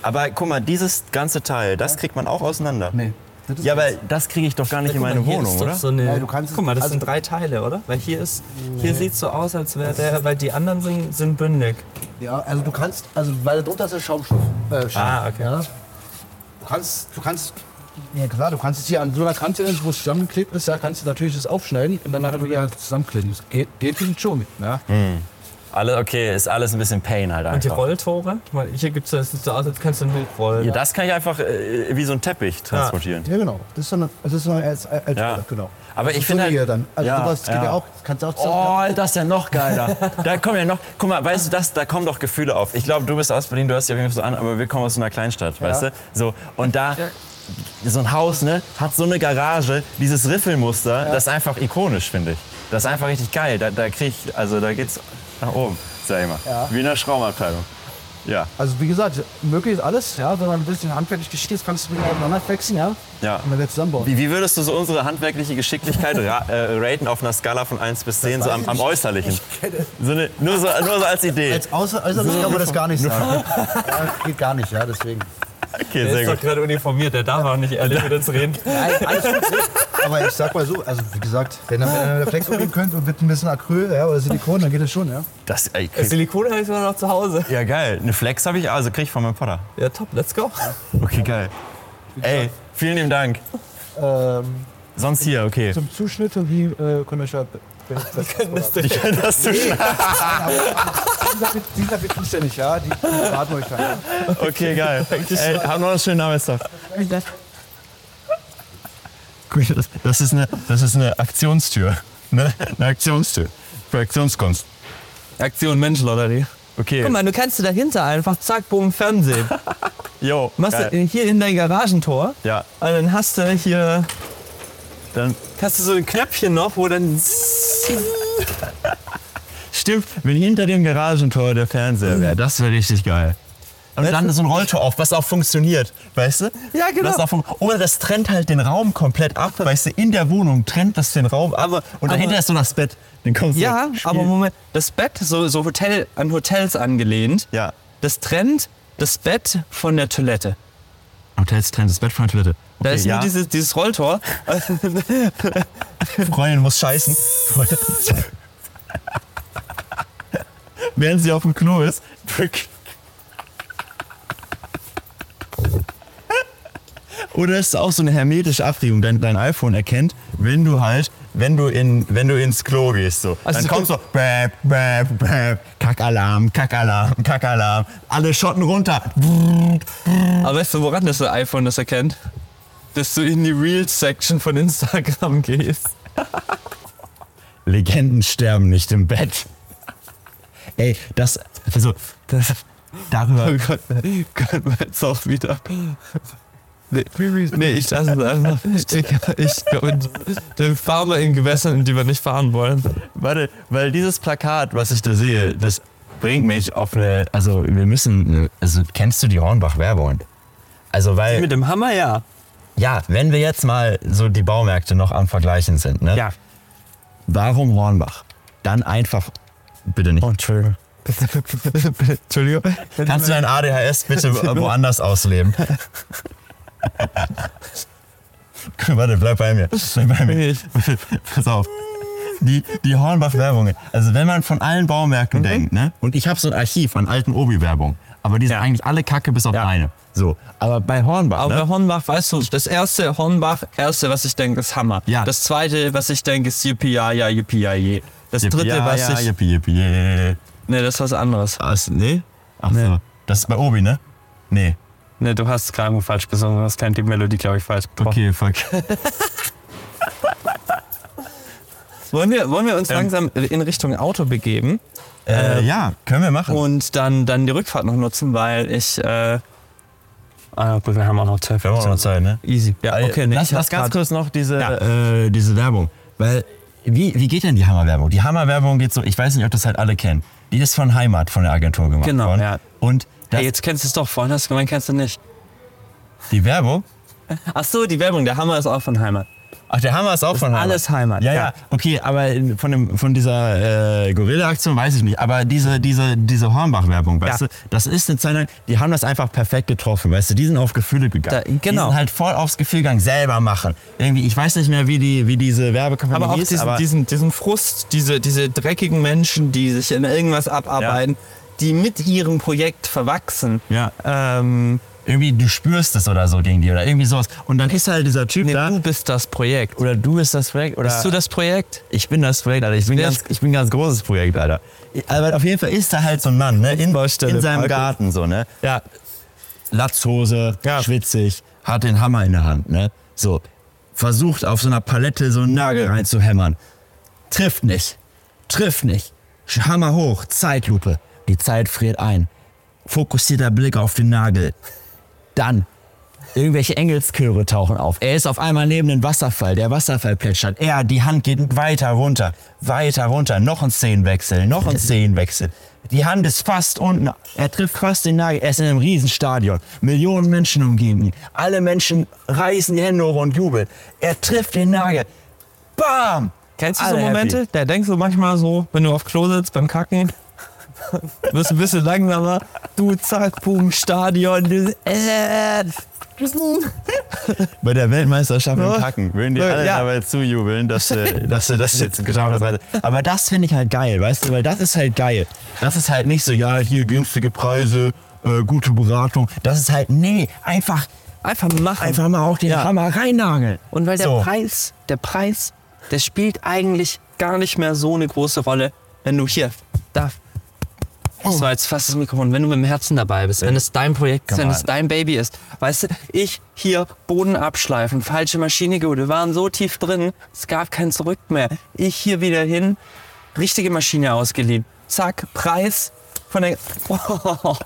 A: Aber guck mal, dieses ganze Teil, das kriegt man auch auseinander.
C: Nee. Das ist
A: Ja, aber das kriege ich doch gar nicht in meine Wohnung, oder?
B: So eine,
C: Ja, du kannst es-
B: guck mal, das
C: also-
B: sind drei Teile, oder? Weil hier ist, hier sieht so aus, als wäre der, weil die anderen sind, sind bündig.
C: Ja, also du kannst, also weil da drunter ist der Schaumstoff. Äh, Schaum.
B: Ah, okay.
C: Ja. Du kannst, du kannst, ja klar, du kannst es hier an so einer Kante, wo es zusammengeklebt ist, da kannst du natürlich das aufschneiden und dann nachher wieder zusammenkleben. Das geht, geht schon mit, ne?
A: Hm. Alle, okay, ist alles ein bisschen Pain halt
B: Und die
A: einfach.
B: Rolltore? Guck mal, hier gibt es das sieht so aus, als kannst du einen Hoch rollen.
A: Ja, das kann ich einfach äh, wie so ein Teppich transportieren.
C: Ja, genau. Das ist dann, das ist dann als, als
A: Ja.
C: genau.
A: Aber ich
C: Das ist
A: finde
C: so
A: halt-
C: hier dann. Also
A: Ja,
C: sowas geht
A: ja.
C: ja auch, kannst du auch zusammen.
A: Oh, das ist ja noch geiler. Da kommen ja noch. Guck mal, weißt du das? Da kommen doch Gefühle auf. Ich glaube, du bist aus Berlin, du hörst dich auf jeden Fall so an, aber wir kommen aus so einer Kleinstadt, weißt du? So und da so ein Haus, ne, hat so eine Garage, dieses Riffelmuster, das ist einfach ikonisch, finde ich. Das ist einfach richtig geil. Da, da krieg ich, also da geht's nach oben, sag ich mal.
C: Ja.
A: Wie in der Schraubenabteilung. Ja,
C: Also wie gesagt, möglich ist alles, ja, wenn man ein bisschen handwerklich geschickt ist, kannst du es wieder aufeinander flexen, ja?
A: ja.
C: Und dann wieder zusammenbauen.
A: Wie, wie würdest du so unsere handwerkliche Geschicklichkeit ra äh, raten auf einer Skala von 1 bis 10, so am, am äußerlichen? So eine, nur, so, nur so als Idee.
C: Als außer, äußerlich kann man das gar nicht sagen. ja, geht gar nicht, ja, deswegen.
A: Okay,
B: der
A: sehr
B: ist
A: gut.
B: doch gerade uniformiert, der darf auch nicht ehrlich mit uns reden.
C: Nein, alles gut. Aber ich sag mal so, also wie gesagt, wenn ihr mit Flex umgehen könnt und mit ein bisschen Acryl ja, oder Silikon, dann geht das schon, ja.
A: Das, ey,
B: Das Silikon habe ich sogar noch zu Hause.
A: ja, geil. Eine Flex habe ich, also krieg ich von meinem Vater.
B: Ja, top, let's go.
A: Okay, geil. Ey, vielen lieben Dank. Sonst hier, okay.
C: zum Zuschnitt und Ähm, wie äh, können wir schon...
A: Die können das zuschneiden.
C: Die sind dafür zuständig, ja, die beraten euch dann.
A: Okay, geil. Ey, hab noch einen schönen Arbeitstag. Gut, das- Das ist eine, das ist eine Aktionstür. Ne? Eine Aktionstür. Für Aktionskunst.
B: Aktion Menschlotterie.
A: Okay.
B: Guck mal, du kannst du dahinter einfach, zack, boom, Fernsehen.
A: Jo,
B: Machst du
A: geil.
B: äh, hier in dein Garagentor
A: Ja,
B: und dann hast du hier,
A: dann
B: hast du so ein Knöpfchen noch, wo dann
A: Stimmt, wenn hinter dem Garagentor der Fernseher
B: Mhm.
A: wäre, das wäre richtig geil. Und dann so ein Rolltor auf, was auch funktioniert, weißt du?
B: Ja, genau.
A: Was auch fun- Oder das trennt halt den Raum komplett ab, weißt du, in der Wohnung trennt das den Raum ab.
B: Aber-
A: und dahinter
B: aber-
A: ist so das Bett. Dann kommst du
B: Ja,
A: Spiel.
B: aber Moment, das Bett, so, so Hotel, an Hotels angelehnt,
A: Ja.
B: das trennt das Bett von der Toilette.
A: Hotels trennt das Bett von der Toilette.
B: Da
A: Okay,
B: ist
A: ja.
B: nur dieses, dieses Rolltor.
A: Freundin muss scheißen. Während sie auf dem Klo ist, drück. Oder ist auch so eine hermetische Abregung, dein, dein iPhone erkennt, wenn du halt, wenn du, in, wenn du ins Klo gehst, so.
B: Also
A: dann
B: du-
A: kommt so, bäb, bäb, bäb, Kackalarm, Kackalarm, Kackalarm, alle Schotten runter.
B: aber weißt du, woran das so iPhone das erkennt? Dass du in die Reels-Section von Instagram gehst.
A: Legenden sterben nicht im Bett. Ey, das, also, das, darüber,
B: Oh Gott, können wir jetzt auch wieder. Nee, nee ich lasse es einfach. Ich, ich glaube, dann fahren wir in Gewässern, in die wir nicht fahren wollen.
A: Warte, weil dieses Plakat, was ich da sehe, das bringt mich auf eine. Also, wir müssen. Also, kennst du die Hornbach-Werbung? Also, weil.
B: dem Hammer, ja.
A: Ja, wenn wir jetzt mal so die Baumärkte noch am Vergleichen sind, ne?
B: Ja.
A: Warum Hornbach? Dann einfach. Bitte nicht.
B: Entschuldigung. Entschuldigung.
A: Kannst du dein ADHS bitte woanders ausleben? Warte, bleib bei mir. Bleib bei mir. Pass auf. Die, die
B: Mhm.
A: Hornbach-Werbungen. Also wenn man von allen Baumärkten denkt, ne? Und ich habe so ein Archiv an alten Obi-Werbungen. Aber die sind eigentlich alle kacke, bis auf eine. So. Aber bei Hornbach,
B: Aber
A: ne?
B: bei Hornbach, weißt du, das erste Hornbach, erste, was ich denke, ist Hammer.
A: Ja.
B: Das zweite, was ich denke, ist Yippie, ja, ja, Yippie, ja, je. Das dritte,
A: ja,
B: was
A: ja,
B: ich.
A: Yippie, yippie, yeah.
B: Nee, das ist was anderes.
A: Was? Nee? Ach so. Das ist bei Obi, ne? Nee.
B: Nee, Ne, du hast Krango falsch gesungen, du hast kein die Melodie, glaube ich, falsch. Boah.
A: Okay, fuck.
B: Wollen, wir, wollen wir uns langsam in Richtung Auto begeben
A: Äh, ja, können wir machen.
B: und dann, dann die Rückfahrt noch nutzen, weil ich. Äh, ah, gut, wir haben auch noch Zeit.
A: wir haben auch noch Zeit, ne?
B: Easy. Ja,
A: Äh,
B: okay, nee,
A: lass,
B: ich hab
A: lass ganz
B: grad-
A: kurz noch diese, äh, diese Werbung. Weil, wie, wie geht denn die Hammerwerbung? Die Hammerwerbung geht so, ich weiß nicht, ob das halt alle kennen. Die ist von Heimat, von der Agentur gemacht
B: Genau,
A: worden.
B: ja.
A: Und das,
B: Hey, jetzt kennst du es doch, vorhin hast du gemeint, kennst du nicht.
A: die Werbung,
B: Ach so, die Werbung, der Hammer ist auch von Heimat.
A: ach, der Hammer ist auch von Heimat.
B: Alles Heimat.
A: Ja, ja, okay, aber in- von, dem, von dieser äh, Gorilla-Aktion weiß ich nicht. Aber diese, diese, diese Hornbach-Werbung, weißt
B: Ja.
A: du, das ist eine Zeit lang, die haben das einfach perfekt getroffen, weißt du, die sind auf Gefühle gegangen.
B: Da- genau.
A: Die sind halt voll aufs Gefühl gegangen, selber machen. Irgendwie, ich weiß nicht mehr, wie, die, wie diese Werbekampagne
B: Aber auch
A: hieß,
B: diesen,
A: aber
B: diesen, diesen Frust, diese, diese dreckigen Menschen, die sich in irgendwas abarbeiten, die mit ihrem Projekt verwachsen.
A: Ja.
B: Ähm,
A: irgendwie, du spürst es oder so gegen die oder irgendwie sowas. Und dann ist halt dieser Typ
B: nee,
A: da.
B: du bist das Projekt.
A: Oder du bist das Projekt oder
B: Bist du das Projekt?
A: ich bin das Projekt, Alter. Ich bin,
B: Wer
A: ganz, ich bin ein ganz großes Projekt, Alter. Aber auf jeden Fall ist da halt so ein Mann, ne? In,
B: Baustelle,
A: in seinem
B: Parkplatz.
A: Garten so, ne?
B: Ja.
A: Latzhose, schwitzig, hat den Hammer in der Hand, ne? So, versucht auf so einer Palette so einen Nagel reinzuhämmern. Trifft nicht. Trifft nicht. Hammer hoch, Zeitlupe. Die Zeit friert ein. Fokussierter Blick auf den Nagel. Dann irgendwelche Engelschöre tauchen auf. Er ist auf einmal neben dem Wasserfall. Der Wasserfall plätschert. Er, die Hand geht weiter runter, weiter runter. Noch ein Szenenwechsel, noch ein Szenenwechsel. Die Hand ist fast unten. Er trifft fast den Nagel. Er ist in einem Riesenstadion. Millionen Menschen umgeben ihn. Alle Menschen reißen die Hände hoch und jubeln. Er trifft den Nagel. Bam!
B: Kennst du
A: Alle
B: so
A: happy.
B: Momente? Da denkst du manchmal so, wenn du auf Klo sitzt beim Kacken, wirst ein bisschen langsamer. Du, zack, boom, Stadion. du- Äh,
A: Bei der Weltmeisterschaft im Kacken würden die alle
B: Ja. Genau
A: dabei zujubeln, dass du, dass du das jetzt geschafft hast. Aber das finde ich halt geil, weißt du, weil das ist halt geil. Das ist halt nicht so, ja, hier günstige Preise, äh, gute Beratung. Das ist halt, nee, einfach,
B: einfach machen.
A: einfach mal auch den Hammer reinnageln.
B: Und weil der
A: So.
B: Preis, der Preis, der spielt eigentlich gar nicht mehr so eine große Rolle, wenn du hier, da, das war jetzt fast das Mikrofon, wenn du mit dem Herzen dabei bist, wenn es dein Projekt ist,
A: Come
B: wenn
A: on.
B: es dein Baby ist. Weißt du, ich hier Boden abschleifen, falsche Maschine geholt, wir waren so tief drin, es gab kein Zurück mehr. Ich hier wieder hin, richtige Maschine ausgeliehen. Zack, Preis von der,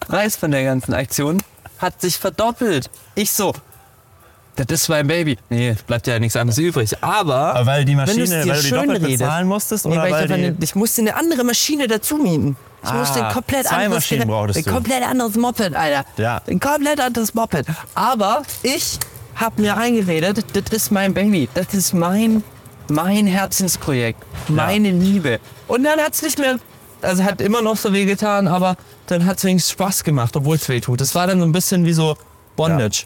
B: Preis von der ganzen Aktion hat sich verdoppelt. Ich so, das ist mein Baby. Nee, bleibt ja nichts anderes übrig. Aber,
A: Aber weil die Maschine,
B: wenn du's dir
A: weil du die
B: schön
A: doppelt
B: redest,
A: bezahlen musstest
B: nee,
A: oder
B: weil
A: weil
B: ich, davon-
A: die- Ah,
B: ich musste eine andere Maschine dazu mieten. Ich musste ein komplett
A: zwei
B: anderes
A: Maschinen
B: Gerät-
A: brauchtest
B: ein
A: du.
B: komplett anderes Moped, Alter.
A: Ja.
B: Ein komplett anderes Moped. Aber ich hab mir eingeredet, das ist mein Baby. Das ist mein, mein Herzensprojekt. Meine Liebe. Und dann hat's nicht mehr, also hat immer noch so weh getan, aber dann hat's wenigstens Spaß gemacht, obwohl es weh tut. Das war dann so ein bisschen wie so Bondage.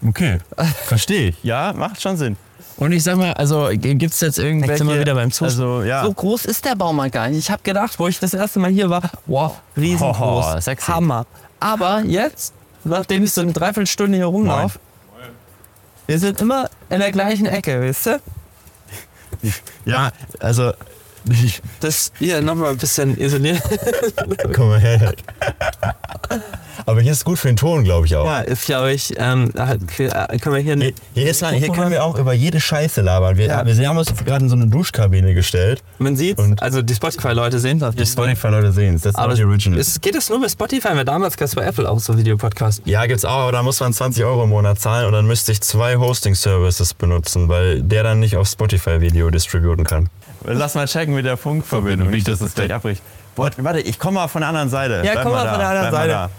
A: Okay, verstehe ich. Ja, macht schon Sinn. Und ich sag mal, also gibt es jetzt irgendwelche...
B: Jetzt sind wir wieder beim Zuschauer.
A: Also, ja.
B: So groß ist der Baumarkt gar nicht. Ich habe gedacht, wo ich das erste Mal hier war, wow, riesengroß.
A: Oh, sexy.
B: Hammer. Aber jetzt, nachdem ich so eine Dreiviertelstunde hier rumlaufe, wir sind immer in der gleichen Ecke, weißt du?
A: ja, also...
B: Das hier nochmal ein bisschen isoliert.
A: Komm mal her. Aber hier ist gut für den Ton, glaube ich auch.
B: Ja, ist glaube ich, ähm, halt, äh, können wir hier
A: Oh. Hier,
B: nicht.
A: hier, ist man, hier können wir auch über jede Scheiße labern. Wir,
B: Ja.
A: wir haben uns jetzt gerade in so eine Duschkabine gestellt.
B: Man sieht,
A: Und-
B: also die Spotify-Leute sehen das.
A: Die Spotify-Leute sehen es. Das ist
B: aber
A: auch die Original.
B: es geht das nur bei Spotify, weil damals gab es bei Apple auch so Videopodcasts.
A: ja, gibt's auch, aber da muss man 20 Euro im Monat zahlen und dann müsste ich zwei Hosting-Services benutzen, weil der dann nicht auf Spotify-Video distributen kann. Lass mal checken mit der Funkverbindung, nicht, dass es gleich abbricht. Boah, warte, ich komme mal von der anderen Seite.
B: Ja, komm mal von der anderen
A: bleib mal
B: Seite.
A: da.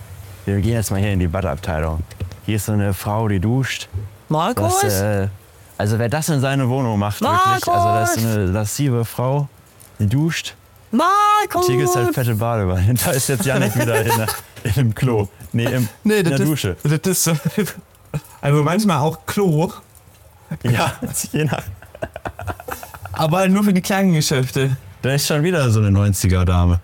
A: Wir gehen jetzt mal hier in die Badabteilung. Hier ist so eine Frau, die duscht.
B: Markus?
A: Das, äh, also wer das in seine Wohnung macht, wirklich, also das ist eine lascive Frau, die duscht.
B: Markus!
A: Hier gibt's halt fette Badewanne. Da ist jetzt Janik wieder in, der, in dem Klo. Nee, im, in der Dusche.
B: Ist, das ist, also manchmal auch Klo,
A: Ja, je nach.
B: aber nur für die kleinen Geschäfte.
A: Da ist schon wieder so eine 90er-Dame.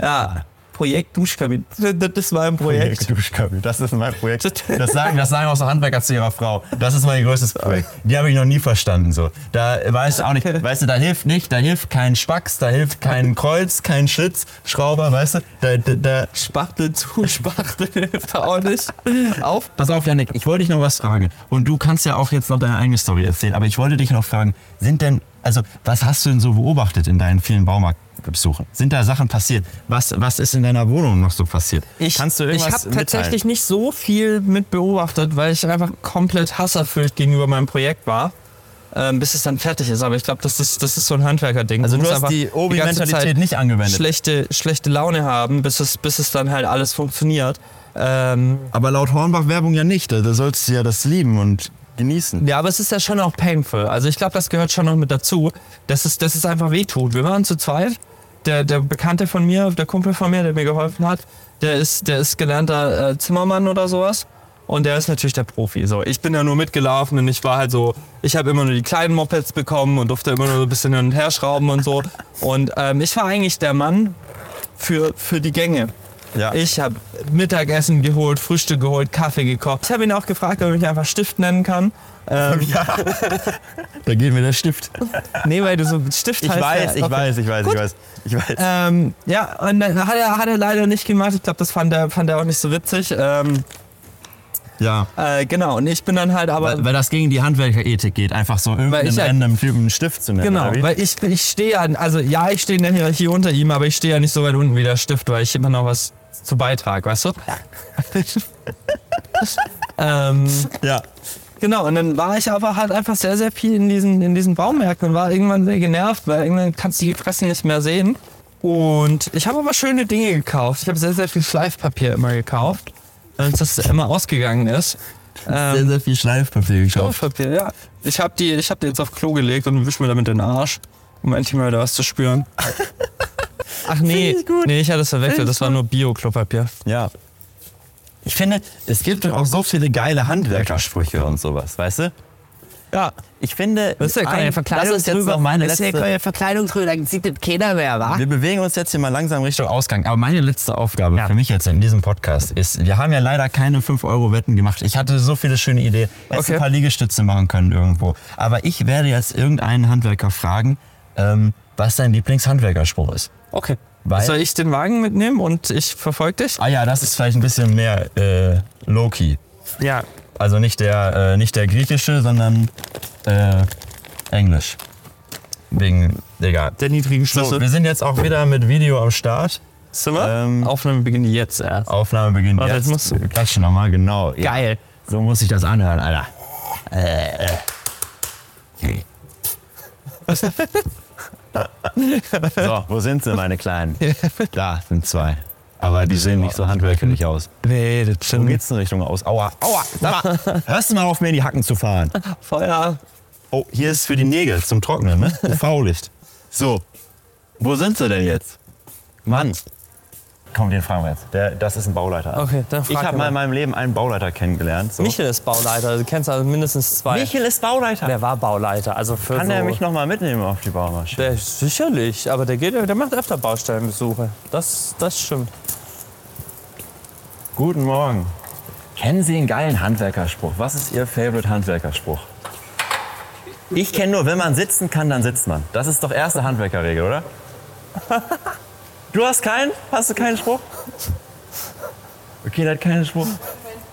B: Ja. Projekt Duschkabine. Das ist mein Projekt.
A: Ah. Projekt Duschkabel. Das ist mein Projekt. Das sagen, das sagen auch so Handwerker zu ihrer Frau. Das ist mein größtes Projekt. Die habe ich noch nie verstanden. So. Da weißt du auch nicht, weißt du, da hilft nicht, da hilft kein Spax, da hilft kein Kreuz, kein Schlitz, Schrauber, weißt du? Da, da, da.
B: Spachtel zu, Spachtel hilft auch nicht.
A: Auf, pass auf, Janik, ich wollte dich noch was fragen. Und du kannst ja auch jetzt noch deine eigene Story erzählen, aber ich wollte dich noch fragen, sind denn, also was hast du denn so beobachtet in deinen vielen Baumarktbesuchen? Sind da Sachen passiert? Was, was ist in deiner Wohnung noch so passiert? Kannst du
B: ich
A: irgendwas
B: habe
A: mitteilen?
B: tatsächlich nicht so viel mit beobachtet, weil ich einfach komplett hasserfüllt gegenüber meinem Projekt war, ähm, bis es dann fertig ist. Aber ich glaube, das ist, das ist so ein Handwerkerding.
A: Also
B: Du
A: du
B: musst einfach
A: hast die
B: ganze Zeit-
A: Obi-Mentalität nicht angewendet.
B: schlechte, schlechte Laune haben, bis es, bis es dann halt alles funktioniert. Ähm,
A: Aber laut Hornbach Werbung ja nicht. Da da sollst du ja das lieben und genießen.
B: ja, aber es ist ja schon auch painful. Also ich glaube, das gehört schon noch mit dazu, dass es, dass es einfach wehtut. Wir waren zu zweit. Der, der Bekannte von mir, der Kumpel von mir, der mir geholfen hat, der ist, der ist gelernter äh, Zimmermann oder sowas. Und der ist natürlich der Profi. So, ich bin ja nur mitgelaufen und ich war halt so, ich habe immer nur die kleinen Mopeds bekommen und durfte immer nur so ein bisschen hin und her schrauben und so. Und ähm, ich war eigentlich der Mann für, für die Gänge.
A: Ja.
B: Ich habe Mittagessen geholt, Frühstück geholt, Kaffee gekocht. Ich habe ihn auch gefragt, ob er mich einfach Stift nennen kann. Ähm,
A: Da geht mir der Stift.
B: nee, weil du so Stift
A: Ich
B: heißt.
A: weiß,
B: ja,
A: ich
B: okay.
A: weiß, ich weiß, ich weiß, ich weiß.
B: Ähm, ja, und dann hat er, hat er leider nicht gemacht. Ich glaube, das fand er, fand er auch nicht so witzig. Ähm,
A: Ja.
B: äh, genau, und ich bin dann halt aber.
A: Weil, weil das gegen die Handwerkerethik geht, einfach so irgendeinen
B: ich halt-
A: random Typen einen Stift zu nennen.
B: Genau,
A: oder wie?
B: weil ich, bin- ich stehe ja, also ja, ich stehe in der Hierarchie unter ihm, aber ich stehe ja nicht so weit unten wie der Stift, weil ich immer noch was zu beitrage, weißt du? ähm,
A: ja.
B: Genau, und dann war ich aber halt einfach sehr, sehr viel in diesen, in diesen Baumärkten und war irgendwann sehr genervt, weil irgendwann kannst du die Fressen nicht mehr sehen. Und ich habe aber schöne Dinge gekauft. Ich habe sehr, sehr viel Schleifpapier immer gekauft, weil uns das immer ausgegangen ist.
A: Sehr,
B: Ähm,
A: sehr viel Schleifpapier gekauft.
B: Schleifpapier, ja. Ich habe die, ich hab die jetzt auf Klo gelegt und wisch mir damit den Arsch, um endlich mal wieder was zu spüren. Ach nee, nee, ich hatte es verwechselt, das war nur Bio-Klopapier.
A: Ja. Ich finde, es gibt doch auch so viele geile Handwerkersprüche und sowas, weißt du?
B: Ja,
A: Ich finde,
B: Das ist ja keine
A: ein-
B: Verkleidung
A: das ist jetzt
B: drüber.
A: noch meine
B: Das ist ja
A: letzte
E: Verkleidung drüber, dann sieht das keiner mehr, wa?
A: Wir bewegen uns jetzt hier mal langsam Richtung Ausgang. Aber meine letzte Aufgabe für mich jetzt in diesem Podcast ist, wir haben ja leider keine 5-Euro-Wetten gemacht. Ich hatte so viele schöne Ideen. Hättest
B: Okay.
A: ein paar Liegestütze machen können irgendwo. Aber ich werde jetzt irgendeinen Handwerker fragen, ähm, was sein Lieblingshandwerkerspruch ist.
B: okay.
A: Weil-
B: Soll ich den Wagen mitnehmen und ich verfolge dich?
A: Ah ja, das ist vielleicht ein bisschen mehr äh, low-key.
B: Ja,
A: Also nicht der, äh, nicht der griechische, sondern äh, englisch. Wegen, egal.
B: der niedrigen
A: So, wir sind jetzt auch wieder mit Video am Start.
B: Zimmer?
A: Ähm,
B: Aufnahme beginnt jetzt erst.
A: Aufnahme beginnt
B: Warte,
A: jetzt.
B: jetzt musst du-
A: Klatschen nochmal, genau. Ja.
B: Geil.
A: So muss ich das anhören, Alter. Äh, äh. so, wo sind sie, meine Kleinen? Da sind zwei. Aber die sehen nicht so handwerklich aus.
B: Nee, das
A: Wo
B: stimmt.
A: geht's in Richtung aus? Aua, aua, sag mal, hörst du mal auf, mir in die Hacken zu fahren?
B: Feuer.
A: Oh, hier ist für die Nägel zum Trocknen, ne? UV-Licht. So, wo sind sie denn jetzt? Mann. Komm, den fragen wir jetzt. Der, das ist ein Bauleiter.
B: Okay, dann frag
A: Ich habe
B: ihn
A: mal
B: mal.
A: in meinem Leben einen Bauleiter kennengelernt. So.
B: Michel ist Bauleiter, du kennst also mindestens zwei.
A: Michel ist Bauleiter.
B: Der war Bauleiter, also für
A: Kann
B: so
A: er mich noch mal mitnehmen auf die Baumaschine?
B: der, sicherlich, aber der geht, der macht öfter Baustellenbesuche. Das, das stimmt.
A: Guten Morgen. Kennen Sie einen geilen Handwerkerspruch? Was ist Ihr Favorite Handwerkerspruch? Ich kenne nur, wenn man sitzen kann, dann sitzt man. Das ist doch erste Handwerkerregel, oder? Du hast keinen? Hast du keinen Spruch? Okay, der hat keinen Spruch.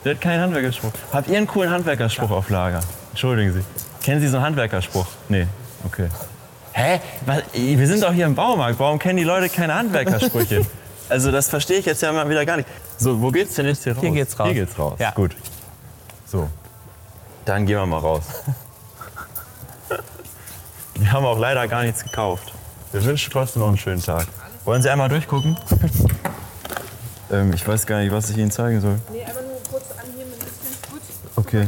A: Der hat keinen Handwerkerspruch. Habt ihr einen coolen Handwerkerspruch auf Lager? Entschuldigen Sie. Kennen Sie so einen Handwerkerspruch? Nee. Okay. Hä? Was? Wir sind doch hier im Baumarkt. Warum kennen die Leute keine Handwerkersprüche? Also das verstehe ich jetzt ja mal wieder gar nicht. So, wo geht's denn jetzt hier raus?
B: Hier geht's raus.
A: Hier geht's raus.
B: Ja.
A: Gut. So. Dann gehen wir mal raus. Wir haben auch leider gar nichts gekauft. Wir wünschen trotzdem noch einen schönen Tag. Wollen Sie einmal durchgucken? ähm, ich weiß gar nicht, was ich Ihnen zeigen soll.
F: Nee, einfach nur kurz anheben, dann ist ganz gut.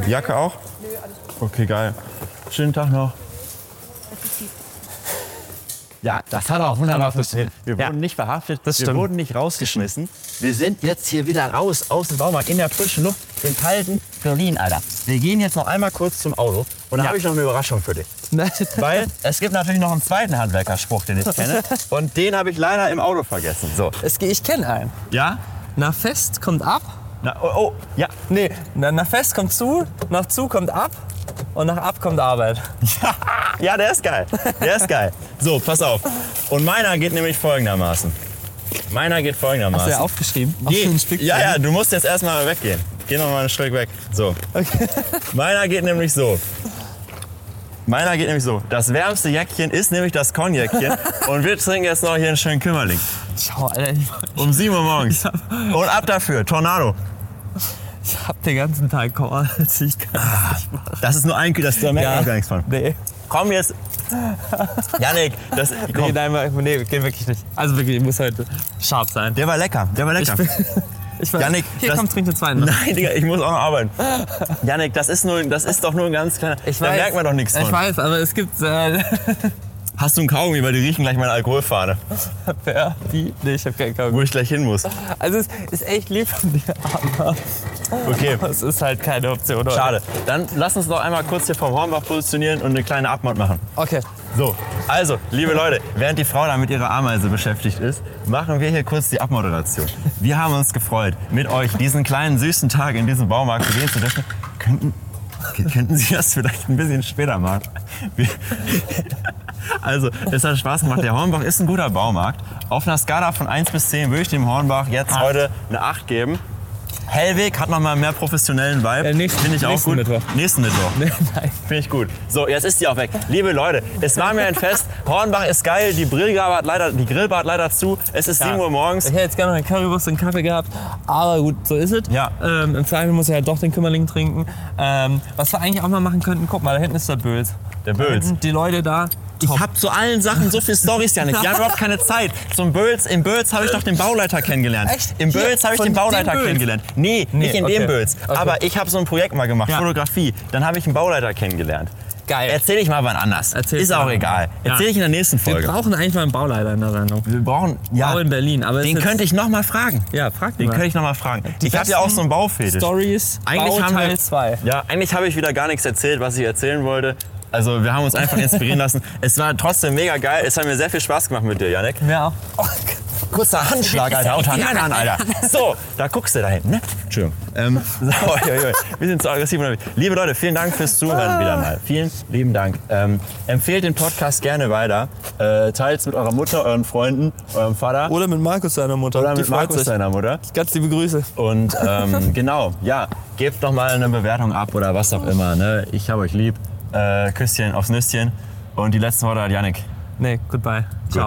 A: Okay. Jacke auch?
F: Nö, alles gut.
A: Okay, geil. Schönen Tag noch. Ja, das hat auch wunderbar funktioniert. Wir wurden nicht verhaftet, wir
B: stimmt.
A: wurden nicht rausgeschmissen. Wir sind jetzt hier wieder raus aus dem Baumarkt in der frischen Luft in kalten Berlin, Alter. Wir gehen jetzt noch einmal kurz zum Auto Und da habe ich noch eine Überraschung für dich. Weil es gibt natürlich noch einen zweiten Handwerkerspruch, den ich kenne. Und den habe ich leider im Auto vergessen. So.
B: Es, ich kenne einen.
A: Ja?
B: Nach Fest kommt ab.
A: Na, oh, oh, ja.
B: Nee, na, nach Fest kommt zu, nach zu kommt ab und nach ab kommt Arbeit.
A: ja, der ist geil. Der ist geil. So, pass auf. Und meiner geht nämlich folgendermaßen. Meiner geht folgendermaßen.
B: Hast du ja aufgeschrieben?
A: Geh.
B: Auf so ein Stück
A: ja, ja, du musst jetzt erstmal weggehen. Geh noch mal ein Stück weg. So. Meiner geht nämlich so. Meiner geht nämlich so. Das wärmste Jäckchen ist nämlich das Konjäckchen. Und wir trinken jetzt noch hier einen schönen Kümmerling.
B: Schau, Alter, ich,
A: Um 7 Uhr morgens. Und ab dafür. Tornado.
B: ich hab den ganzen Tag Calls. Ich kann nicht machen.
A: Das ist nur ein Kühl, das da merkt man gar nichts von.
B: Nee,
A: Komm jetzt. Janik, das,
B: nee,
A: komm.
B: nein, wir- nee, geht wirklich nicht. Also wirklich, ich muss heute scharf sein.
A: der war lecker. Der war lecker.
B: Ich weiß,
A: Janik,
B: hier
A: das-
B: kommt, trink den zweiten. noch.
A: Nein, Digga, ich muss auch noch arbeiten. Janik, das ist, nur, das ist doch nur ein ganz kleiner.
B: Ich
A: da
B: weiß.
A: merkt man doch nichts
B: Ich
A: von.
B: weiß, aber es gibt äh,
A: Hast du einen Kaugummi, weil die riechen gleich meine Alkoholfahne,
B: wer, die, nee, ich hab keinen Kaugummi.
A: wo ich gleich hin muss.
B: Also es ist echt lieb von dir, aber
A: Okay,
B: es ist halt keine Option. Oder?
A: schade. Dann lass uns doch einmal kurz hier vom Hornbach positionieren und eine kleine Abmacht machen.
B: Okay,
A: So, also, liebe Leute, während die Frau da mit ihrer Ameise beschäftigt ist, machen wir hier kurz die Abmoderation. Wir haben uns gefreut, mit euch diesen kleinen süßen Tag in diesem Baumarkt begehen zu dürfen. Könnten, könnten Sie das vielleicht ein bisschen später machen? Wir, also, es hat Spaß gemacht. Der Hornbach ist ein guter Baumarkt. Auf einer Skala von 1 bis 10 würde ich dem Hornbach jetzt heute eine 8 geben. Hellweg hat nochmal mehr professionellen Vibe.
B: Ja, Äh, nächsten-
A: Finde ich auch
B: nächsten
A: gut.
B: Mittwoch.
A: Nächsten Mittwoch.
B: nein.
A: Finde ich gut. So, jetzt ist die auch weg. Liebe Leute, es war mir ein Fest. Hornbach ist geil, die Grillbar hat leider, die Grillbar hat leider zu. Es ist 7 Uhr morgens.
B: Ich hätte jetzt gerne noch eine Currywurst und einen Kaffee gehabt, aber gut, so ist es.
A: Ja.
B: Ähm, Im Zweifel muss ich halt doch den Kümmerling trinken. Ähm, was wir eigentlich auch mal machen könnten, guck mal, da hinten ist der Böls.
A: Der Böls.
B: Die Leute da, top.
A: Ich hab zu allen Sachen so viele Stories, Janik. Wir haben überhaupt keine Zeit. Zum Böls, im Böls habe ich doch den Bauleiter kennengelernt.
B: Echt?
A: Im Böls
B: Hier,
A: habe ich
B: von dem
A: den Bauleiter
B: Böls?
A: kennengelernt. Nee, nicht in
B: okay.
A: dem Böls.
B: Okay.
A: Aber ich habe so ein Projekt mal gemacht,
B: Ja.
A: Fotografie. Dann habe ich einen Bauleiter kennengelernt.
B: Geil.
A: Erzähl ich mal wann anders.
B: Erzähl's
A: ist auch
B: mal.
A: egal.
B: Ja.
A: Erzähl ich in der nächsten
B: wir
A: Folge.
B: brauchen eigentlich mal einen Bauleiter in der Sendung.
A: Wir brauchen, ja,
B: Bau in Berlin. Aber
A: den könnte ich noch mal fragen.
B: Ja, frag den
A: Den
B: mal.
A: könnte ich noch mal fragen. ich habe ja auch so einen Baufetisch.
B: Stories,
A: Eigentlich
B: Bau
A: haben wir-
B: Teil 2.
A: Ja, eigentlich habe ich wieder gar nichts erzählt, was ich erzählen wollte. Also wir haben uns einfach inspirieren lassen. Es war trotzdem mega geil. Es hat mir sehr viel Spaß gemacht mit dir, Janek.
B: Ja. auch.
A: Kurzer Handschlag, Alter. Unter den anderen, Alter. So, da guckst du da hinten, ne? Entschuldigung. Ähm, so, oi, oi, oi. Wir sind zu aggressiv unterwegs. Liebe Leute, vielen Dank fürs Zuhören wieder mal. Vielen lieben Dank. Ähm, empfehlt den Podcast gerne weiter. Äh, Teilt es mit eurer Mutter, euren Freunden, eurem Vater
B: Oder mit Markus seiner Mutter.
A: oder
B: Die
A: mit
B: freut
A: Markus
B: sich.
A: seiner Mutter.
B: Ganz liebe Grüße.
A: Und ähm, genau, ja, gebt doch mal eine Bewertung ab oder was auch immer. Ne? Ich hab euch lieb. Äh, Küsschen aufs Nüsschen. Und die letzten Worte hat Janik.
B: Nee, goodbye. Ciao.